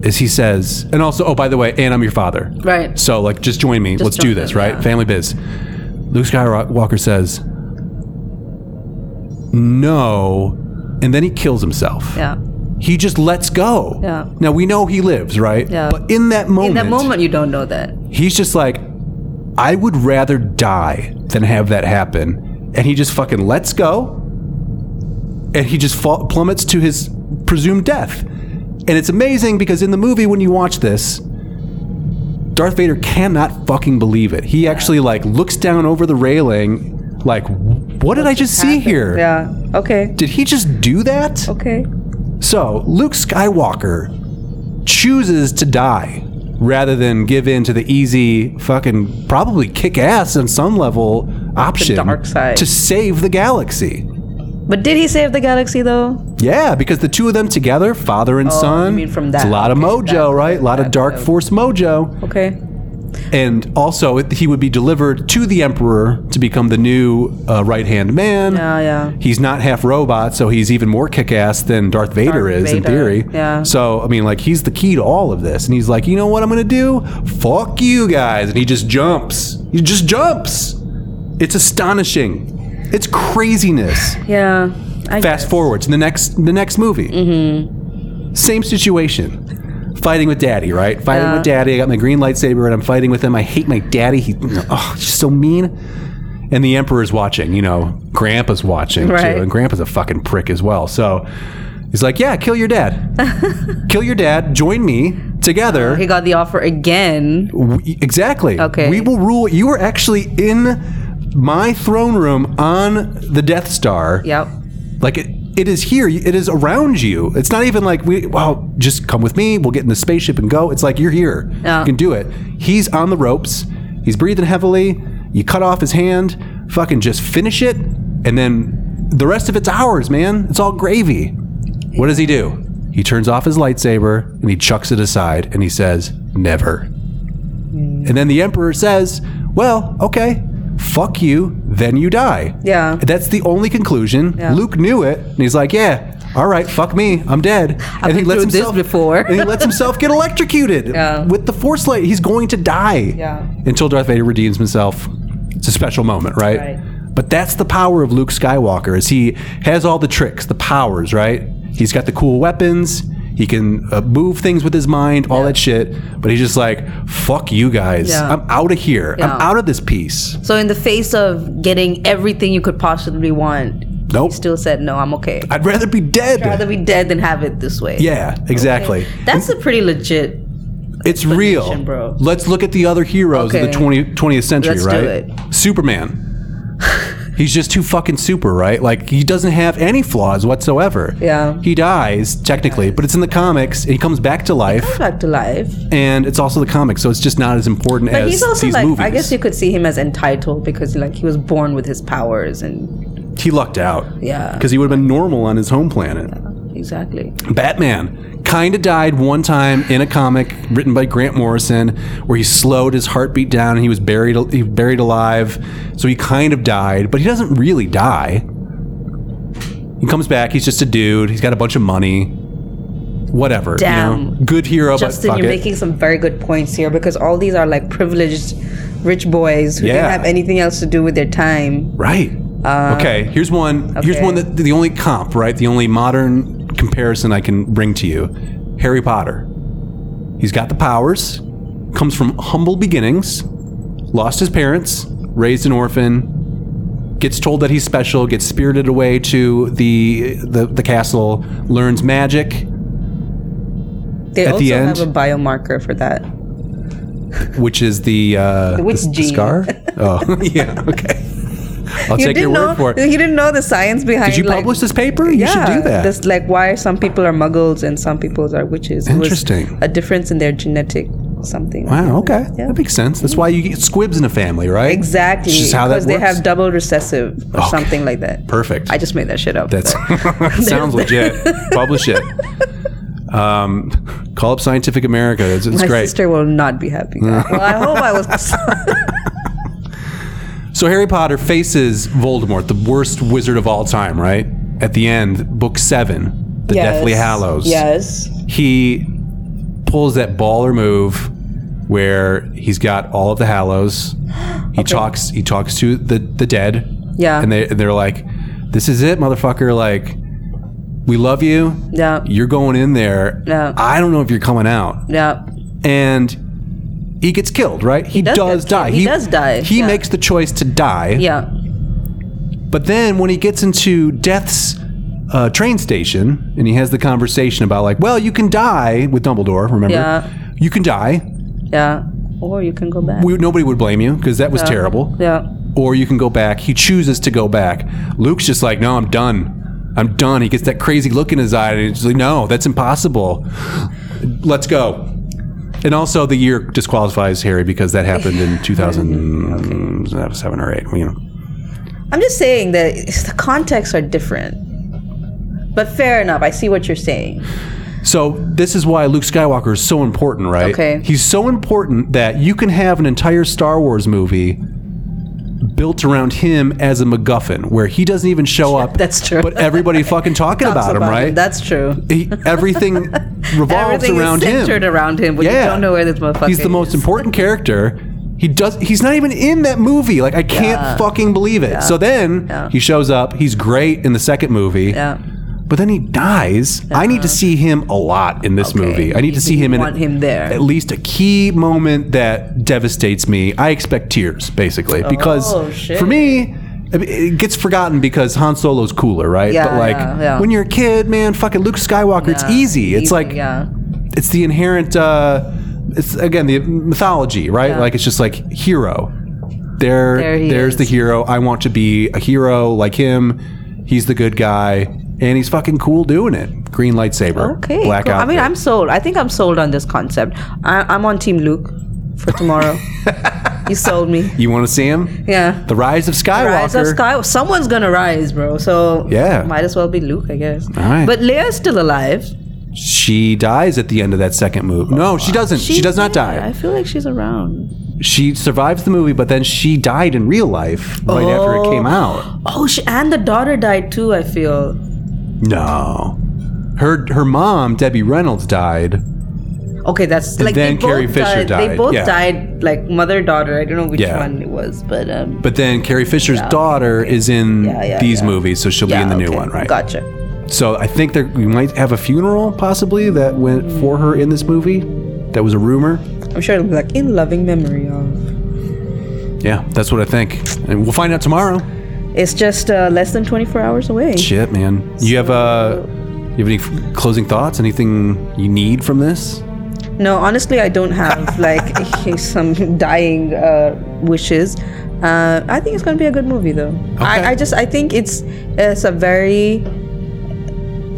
Speaker 5: Is he says, and also, oh by the way, and I'm your father.
Speaker 3: right.
Speaker 5: So like, just join me. Let's do
Speaker 3: join
Speaker 5: this,
Speaker 3: them,
Speaker 5: right?
Speaker 3: yeah.
Speaker 5: Family biz. Luke Skywalker says, no, and then he kills himself.
Speaker 3: Yeah.
Speaker 5: He just lets go.
Speaker 3: Yeah.
Speaker 5: Now we know he lives, right?
Speaker 3: Yeah.
Speaker 5: But in that moment,
Speaker 3: In that moment, you don't know that.
Speaker 5: he's just like, I would rather die than have that happen. And he just fucking lets go. And he just fall, plummets to his presumed death. And it's amazing because in the movie, when you watch this, Darth Vader cannot fucking believe it. He actually like looks down over the railing, like, what did I just see here?
Speaker 9: Yeah. Okay.
Speaker 5: Did he just do that?
Speaker 9: Okay.
Speaker 5: So, Luke Skywalker chooses to die rather than give in to the easy, fucking, probably kick ass on some level option
Speaker 9: dark side.
Speaker 5: to save the galaxy.
Speaker 9: But did he save the galaxy though?
Speaker 5: Yeah, because the two of them together, father and son,
Speaker 9: Oh, you mean from
Speaker 5: it's a
Speaker 9: that.
Speaker 5: lot of
Speaker 9: Okay,
Speaker 5: mojo,
Speaker 9: that-
Speaker 5: right? A lot of
Speaker 9: that-
Speaker 5: dark
Speaker 9: that-
Speaker 5: force mojo.
Speaker 9: Okay.
Speaker 5: And also, it, he would be delivered to the Emperor to become the new uh, right hand man.
Speaker 9: Yeah, yeah.
Speaker 5: He's not half robot, so he's even more kick ass than Darth Vader
Speaker 9: Darth
Speaker 5: is in
Speaker 9: Vader,
Speaker 5: theory.
Speaker 9: yeah.
Speaker 5: So, I mean, like, he's the key to all of this. And he's like, you know what I'm going to do? Fuck you guys. And he just jumps. He just jumps. It's astonishing. It's craziness.
Speaker 9: Yeah. I
Speaker 5: Fast forward to the next the next movie. Mm-hmm. Same situation. Fighting with daddy, right? Fighting with daddy. I got my green lightsaber and I'm fighting with him. I hate my daddy. He, oh, he's so mean. And the emperor's watching, you know, grandpa's watching
Speaker 9: Right.
Speaker 5: too. And grandpa's a fucking prick as well. So he's like, yeah, kill your dad. kill your dad. Join me together.
Speaker 3: He got the offer again.
Speaker 5: We, exactly.
Speaker 3: Okay.
Speaker 5: We will rule. You were actually in my throne room on the Death Star.
Speaker 3: Yep.
Speaker 5: Like it, it is here. It is around you. It's not even like we. Well, just come with me. We'll get in the spaceship and go. It's like you're here.
Speaker 3: Yeah.
Speaker 5: You can do it. He's on the ropes. He's breathing heavily. You cut off his hand. Fucking just finish it, and then the rest of it's ours, man. It's all gravy. What does he do? He turns off his lightsaber and he chucks it aside and he says, "Never." And then the emperor says, "Well, okay, fuck you. Then you die."
Speaker 9: Yeah.
Speaker 5: That's the only conclusion. Luke knew it, and he's like, "Yeah, all right, fuck me, I'm dead." and he
Speaker 3: been
Speaker 5: lets
Speaker 3: through this before.
Speaker 5: and he lets himself get electrocuted
Speaker 9: Yeah.
Speaker 5: with the force light. He's going to die.
Speaker 9: Yeah.
Speaker 5: Until Darth Vader redeems himself. It's a special moment, right?
Speaker 9: Right.
Speaker 5: But that's the power of Luke Skywalker. Is he has all the tricks, the powers, right? He's got the cool weapons. He can uh, move things with his mind, all that shit. But he's just like, "Fuck you guys!
Speaker 3: Yeah.
Speaker 5: I'm out of here. I'm
Speaker 3: Yeah.
Speaker 5: out of this piece."
Speaker 3: So in the face of getting everything you could possibly want,
Speaker 5: Nope.
Speaker 3: still said no. I'm okay.
Speaker 5: I'd rather be dead.
Speaker 3: I'd rather be dead than have it this way.
Speaker 5: yeah, exactly.
Speaker 3: That's a pretty legit.
Speaker 5: It's real.
Speaker 3: explanation, bro.
Speaker 5: Let's look at the other heroes of
Speaker 3: Okay.
Speaker 5: the 20, 20th century,
Speaker 3: Let's do
Speaker 5: right?
Speaker 3: it.
Speaker 5: Superman. He's just too fucking super, right? Like he doesn't have any flaws whatsoever.
Speaker 9: Yeah.
Speaker 5: He dies technically, but it's in the comics and he comes back to life
Speaker 9: back to life.
Speaker 5: and it's also the comics, so it's just not as important
Speaker 9: But
Speaker 5: as
Speaker 9: he's also
Speaker 5: these
Speaker 9: like
Speaker 5: movies.
Speaker 9: I guess you could see him as entitled because like he was born with his powers and
Speaker 5: he lucked out.
Speaker 9: Yeah.
Speaker 5: Cuz he Oh, would have been normal on his home planet.
Speaker 10: exactly.
Speaker 5: Batman kind of died one time in a comic written by Grant Morrison where he slowed his heartbeat down and he was buried he was buried alive. So he kind of died, but he doesn't really die. He comes back, he's just a dude, he's got a bunch of money. Whatever, you know.
Speaker 3: Damn.
Speaker 5: Good hero,
Speaker 3: Justin,
Speaker 5: but fuck
Speaker 3: you're
Speaker 5: it.
Speaker 3: making some very good points here because all these are like privileged rich boys who
Speaker 5: Yeah.
Speaker 3: didn't have anything else to do with their time.
Speaker 5: Right. okay. Here's one. Here's
Speaker 3: Um, okay.
Speaker 5: one that the only comp, right? The only modern comparison I can bring to you. Harry Potter. He's got the powers. Comes from humble beginnings. Lost his parents. Raised an orphan. Gets told that he's special. Gets spirited away to the the, the castle. Learns magic,
Speaker 3: They
Speaker 5: At
Speaker 3: also
Speaker 5: the
Speaker 3: have
Speaker 5: end-
Speaker 3: a biomarker for that.
Speaker 5: which is the uh,
Speaker 3: Which
Speaker 5: the, the
Speaker 3: gene?
Speaker 5: scar. Oh yeah. Okay. I'll take
Speaker 3: didn't
Speaker 5: your
Speaker 3: know,
Speaker 5: word for it.
Speaker 3: You didn't know the science behind.
Speaker 5: Did you
Speaker 3: like-
Speaker 5: publish this paper? You should do that.
Speaker 3: That's like why some people are muggles and some people are witches. It was
Speaker 5: Interesting.
Speaker 3: a difference in their genetic something.
Speaker 5: Wow. Okay,
Speaker 3: Yeah.
Speaker 5: that makes sense. That's why you get squibs in a family, right?
Speaker 3: Exactly.
Speaker 5: It's just how that
Speaker 3: because they
Speaker 5: works.
Speaker 3: have double recessive or
Speaker 5: Okay.
Speaker 3: something like that.
Speaker 5: Perfect.
Speaker 3: I just made that shit up.
Speaker 5: That's sounds legit. Publish it. Um, call up Scientific America. It's, it's
Speaker 3: my
Speaker 5: great.
Speaker 3: sister will not be happy. well, I hope I was.
Speaker 5: So Harry Potter faces Voldemort, the worst wizard of all time, right? At the end, book seven, the Deathly Hallows.
Speaker 3: Yes.
Speaker 5: he pulls that baller move where he's got all of the hallows. He talks he talks to the the dead.
Speaker 3: Yeah.
Speaker 5: And they they're like, This is it, motherfucker, like we love you.
Speaker 3: Yeah.
Speaker 5: You're going in there.
Speaker 3: Yeah.
Speaker 5: I don't know if you're coming out.
Speaker 3: Yeah.
Speaker 5: And he gets killed, right? He,
Speaker 3: does
Speaker 5: does,
Speaker 3: get killed.
Speaker 5: die.
Speaker 3: He does die,
Speaker 5: He
Speaker 3: yeah.
Speaker 5: makes the choice to die.
Speaker 3: Yeah.
Speaker 5: But then when he gets into Death's uh, train station and he has the conversation about like, well, you can die with Dumbledore. Remember,
Speaker 3: Yeah.
Speaker 5: you can die.
Speaker 3: Yeah. Or you can go back.
Speaker 5: We, nobody would blame you because that was terrible.
Speaker 3: yeah.
Speaker 5: Or you can go back. He chooses to go back. Luke's just like, no, I'm done. I'm done. He gets that crazy look in his eye and he's just like, no, that's impossible. Let's go. And also, the year disqualifies Harry because that happened in 2007 or 8. You know.
Speaker 3: I'm just saying that it's- the contexts are different. But fair enough. I see what you're saying.
Speaker 5: So this is why Luke Skywalker is so important, right?
Speaker 3: Okay.
Speaker 5: He's so important that you can have an entire Star Wars movie built around him as a MacGuffin, where he doesn't even show up.
Speaker 3: That's true.
Speaker 5: But everybody fucking talking
Speaker 3: Talks
Speaker 5: about him, right?
Speaker 3: That's true.
Speaker 5: he, everything revolves
Speaker 3: Everything
Speaker 5: around
Speaker 3: is
Speaker 5: him.
Speaker 3: centered around him, but
Speaker 5: yeah.
Speaker 3: you don't know where this motherfucker
Speaker 5: He's the most
Speaker 3: is.
Speaker 5: important character. He does. He's not even in that movie. Like I can't fucking believe it. So then he shows up. He's great in the second movie.
Speaker 3: Yeah.
Speaker 5: But then he dies. I need to see him a lot in this
Speaker 3: Okay.
Speaker 5: movie. I need to see
Speaker 3: You
Speaker 5: him in
Speaker 3: want him there.
Speaker 5: at least a key moment that devastates me. I expect tears basically because
Speaker 3: Oh, shit.
Speaker 5: for me I mean, it gets forgotten because Han Solo's cooler, right?
Speaker 3: Yeah,
Speaker 5: but like
Speaker 3: yeah, yeah.
Speaker 5: when you're a kid, man, fucking Luke Skywalker, it's
Speaker 3: Yeah.
Speaker 5: easy. It's
Speaker 3: Easy,
Speaker 5: like
Speaker 3: yeah.
Speaker 5: it's the inherent uh it's again the mythology, right? Like it's just like hero. There,
Speaker 3: There he
Speaker 5: there's
Speaker 3: is.
Speaker 5: the hero. I want to be a hero like him. He's the good guy, and he's fucking cool doing it. Green lightsaber,
Speaker 3: Okay.
Speaker 5: black
Speaker 3: cool. I mean,
Speaker 5: outfit.
Speaker 3: I'm sold. I think I'm sold on this concept. I, I'm on Team Luke for tomorrow. you sold me.
Speaker 5: You want to see him?
Speaker 3: Yeah.
Speaker 5: The rise of Skywalker.
Speaker 3: Rise of Sky. Someone's gonna rise, bro. So
Speaker 5: Yeah.
Speaker 3: might as well be Luke, I guess. All
Speaker 5: right.
Speaker 3: But Leia's still alive.
Speaker 5: she dies at the end of that second movie. No, she doesn't. She, does not
Speaker 3: yeah, I
Speaker 5: die.
Speaker 3: feel like she's around.
Speaker 5: She survives the movie, but then she died in real life right after it came out.
Speaker 3: Oh, she, and the daughter died too. I feel.
Speaker 5: No, her her mom Debbie Reynolds died.
Speaker 3: Okay, that's like
Speaker 5: then
Speaker 3: they both
Speaker 5: Carrie Fisher
Speaker 3: They
Speaker 5: died,
Speaker 3: both
Speaker 5: yeah.
Speaker 3: died like mother daughter. I don't know which
Speaker 5: Yeah.
Speaker 3: one it was, but um.
Speaker 5: But then Carrie Fisher's daughter is in
Speaker 3: Yeah, yeah,
Speaker 5: these
Speaker 3: yeah.
Speaker 5: movies, so she'll
Speaker 3: yeah,
Speaker 5: be in the new
Speaker 3: okay.
Speaker 5: one, right?
Speaker 3: Gotcha.
Speaker 5: So I think there, we might have a funeral possibly that went for her in this movie. That was a rumor.
Speaker 3: I'm sure it'll be like in loving memory of.
Speaker 5: Yeah, that's what I think. And we'll find out tomorrow.
Speaker 3: It's just uh, less than 24 hours away.
Speaker 5: Shit, man. You have uh, you have any f- closing thoughts? Anything you need from this?
Speaker 3: No, honestly, I don't have like some dying uh, wishes. Uh, I think it's gonna be a good movie, though.
Speaker 5: Okay.
Speaker 3: I, I just I think it's it's a very,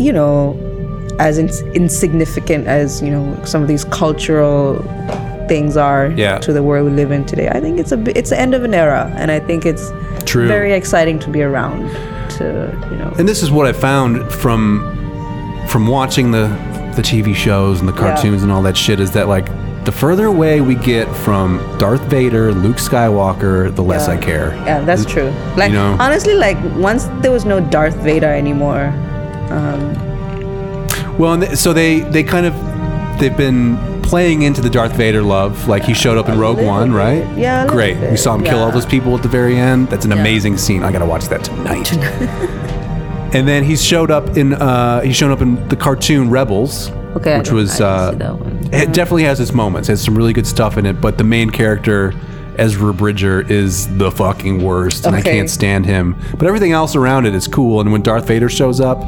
Speaker 3: you know, as ins insignificant as you know some of these cultural things are
Speaker 5: Yeah.
Speaker 3: to the world we live in today. I think it's a bi- it's the end of an era, and I think it's
Speaker 5: True.
Speaker 3: very exciting to be around. To you know,
Speaker 5: And this is what I found from from watching the the TV shows and the cartoons and all that shit is that like the further away we get from Darth Vader, Luke Skywalker, the less I care.
Speaker 9: Yeah, that's true. Like
Speaker 5: You know?
Speaker 9: honestly, like once there was no Darth Vader anymore.
Speaker 5: Well, and th- so they they kind of they've been playing into the Darth Vader love. Like he showed up in Rogue
Speaker 9: little
Speaker 5: One,
Speaker 9: bit.
Speaker 5: right?
Speaker 9: Yeah, a little
Speaker 5: Great. We
Speaker 9: bit,
Speaker 5: saw him kill all
Speaker 9: yeah.
Speaker 5: those people at the very end. That's an amazing scene. I gotta watch that tonight. and then he's showed up in uh, he's shown up in the cartoon Rebels.
Speaker 3: Okay, I
Speaker 5: which
Speaker 3: don't-
Speaker 5: was
Speaker 3: I didn't
Speaker 5: uh,
Speaker 3: see that one.
Speaker 5: it definitely has its moments. It has some really good stuff in it, but the main character. Ezra Bridger is the fucking worst, and I
Speaker 9: Okay.
Speaker 5: can't stand him. But everything else around it is cool. And when Darth Vader shows up,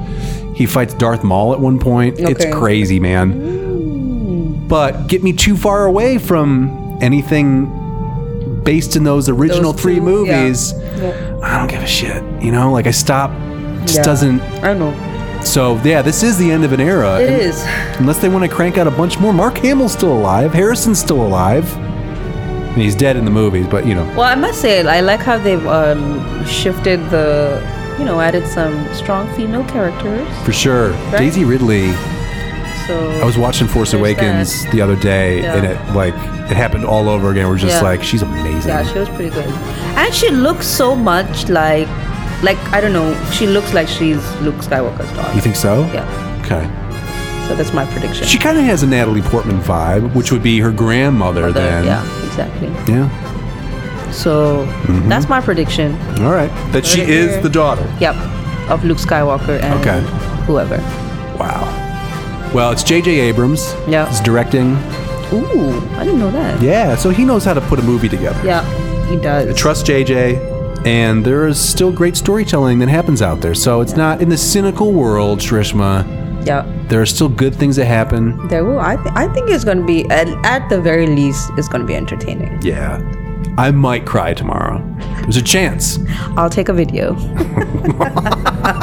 Speaker 5: he fights Darth Maul at one point. It's
Speaker 9: Okay.
Speaker 5: crazy, man. But get me too far away from anything based in those original
Speaker 9: Those
Speaker 5: three
Speaker 9: two, yeah.
Speaker 5: movies. I don't give a shit. You know, like I stop. Just
Speaker 9: Yeah.
Speaker 5: doesn't.
Speaker 9: I don't know.
Speaker 5: So yeah, this is the end of an era.
Speaker 9: It
Speaker 5: And-
Speaker 9: is.
Speaker 5: Unless they want to crank out a bunch more. Mark Hamill's still alive. Harrison's still alive. And he's dead in the movies, but you know.
Speaker 3: Well, I must say, I like how they've um, shifted the, you know, added some strong female characters.
Speaker 5: For sure. Daisy Ridley.
Speaker 3: So
Speaker 5: I was watching Force
Speaker 3: There's
Speaker 5: Awakens the other day,
Speaker 3: Yeah.
Speaker 5: and it like it happened all over again. We're just
Speaker 3: Yeah.
Speaker 5: like, she's amazing.
Speaker 3: yeah, she was pretty good, and she looks so much like, like I don't know, she looks like she's Luke Skywalker's daughter.
Speaker 5: you think so?
Speaker 3: Yeah.
Speaker 5: Okay.
Speaker 3: So that's my prediction.
Speaker 5: She kind of has a Natalie Portman vibe, which would be her grandmother
Speaker 3: But,
Speaker 5: then.
Speaker 3: yeah, exactly.
Speaker 5: Yeah.
Speaker 3: So
Speaker 5: Mm-hmm.
Speaker 3: that's my prediction.
Speaker 5: All right. That she is the daughter.
Speaker 3: Yep, of Luke Skywalker and
Speaker 5: Okay.
Speaker 3: whoever.
Speaker 5: Wow. Well, it's J.J. Abrams.
Speaker 3: Yeah.
Speaker 5: He's directing.
Speaker 3: Ooh, I didn't know that.
Speaker 5: Yeah. So he knows how to put a movie together.
Speaker 3: Yeah, he does.
Speaker 5: trust JJ, and there is still great storytelling that happens out there. So it's not in the cynical world, Shrishma.
Speaker 9: Yeah.
Speaker 5: There are still good things that happen.
Speaker 9: There will. I, th- I think it's going to be, at, at the very least, it's going to be entertaining.
Speaker 5: Yeah. I might cry tomorrow. There's a chance.
Speaker 9: I'll take a video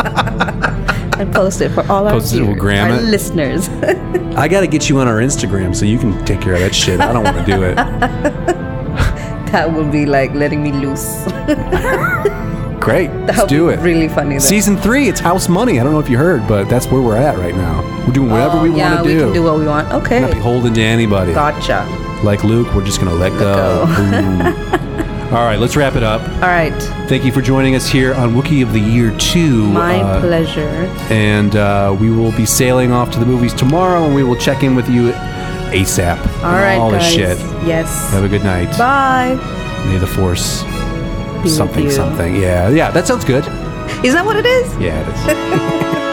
Speaker 9: and post it for all our,
Speaker 5: Post it, we'll
Speaker 9: viewers,
Speaker 5: gram
Speaker 9: our
Speaker 5: it.
Speaker 9: listeners.
Speaker 5: I got to get you on our Instagram so you can take care of that shit. I don't want to do it.
Speaker 9: that will be like letting me loose.
Speaker 5: Great.
Speaker 9: That
Speaker 5: Let's
Speaker 9: would
Speaker 5: do
Speaker 9: be
Speaker 5: it.
Speaker 9: really funny. Though.
Speaker 5: Season three, it's house money. I don't know if you heard, but that's where we're at right now. We're doing whatever we
Speaker 9: Oh, yeah,
Speaker 5: want to
Speaker 9: we
Speaker 5: do.
Speaker 9: can do what we want. Okay.
Speaker 5: not beholden to anybody.
Speaker 9: Gotcha.
Speaker 5: Like Luke, we're just going to let, go. Ooh. All right, let's wrap it up.
Speaker 9: All right.
Speaker 5: Thank you for joining us here on Wookiee of the Year 2.
Speaker 3: My
Speaker 5: Uh,
Speaker 3: pleasure.
Speaker 5: And uh, we will be sailing off to the movies tomorrow, and we will check in with you ASAP.
Speaker 3: All right,
Speaker 5: All
Speaker 3: guys.
Speaker 5: this oh, shit.
Speaker 3: Yes.
Speaker 5: Have a good night.
Speaker 3: Bye.
Speaker 5: May the force.
Speaker 3: with
Speaker 5: something,
Speaker 3: you.
Speaker 5: something. Yeah, yeah, that sounds good.
Speaker 3: Is that what it is?
Speaker 5: Yeah, it is.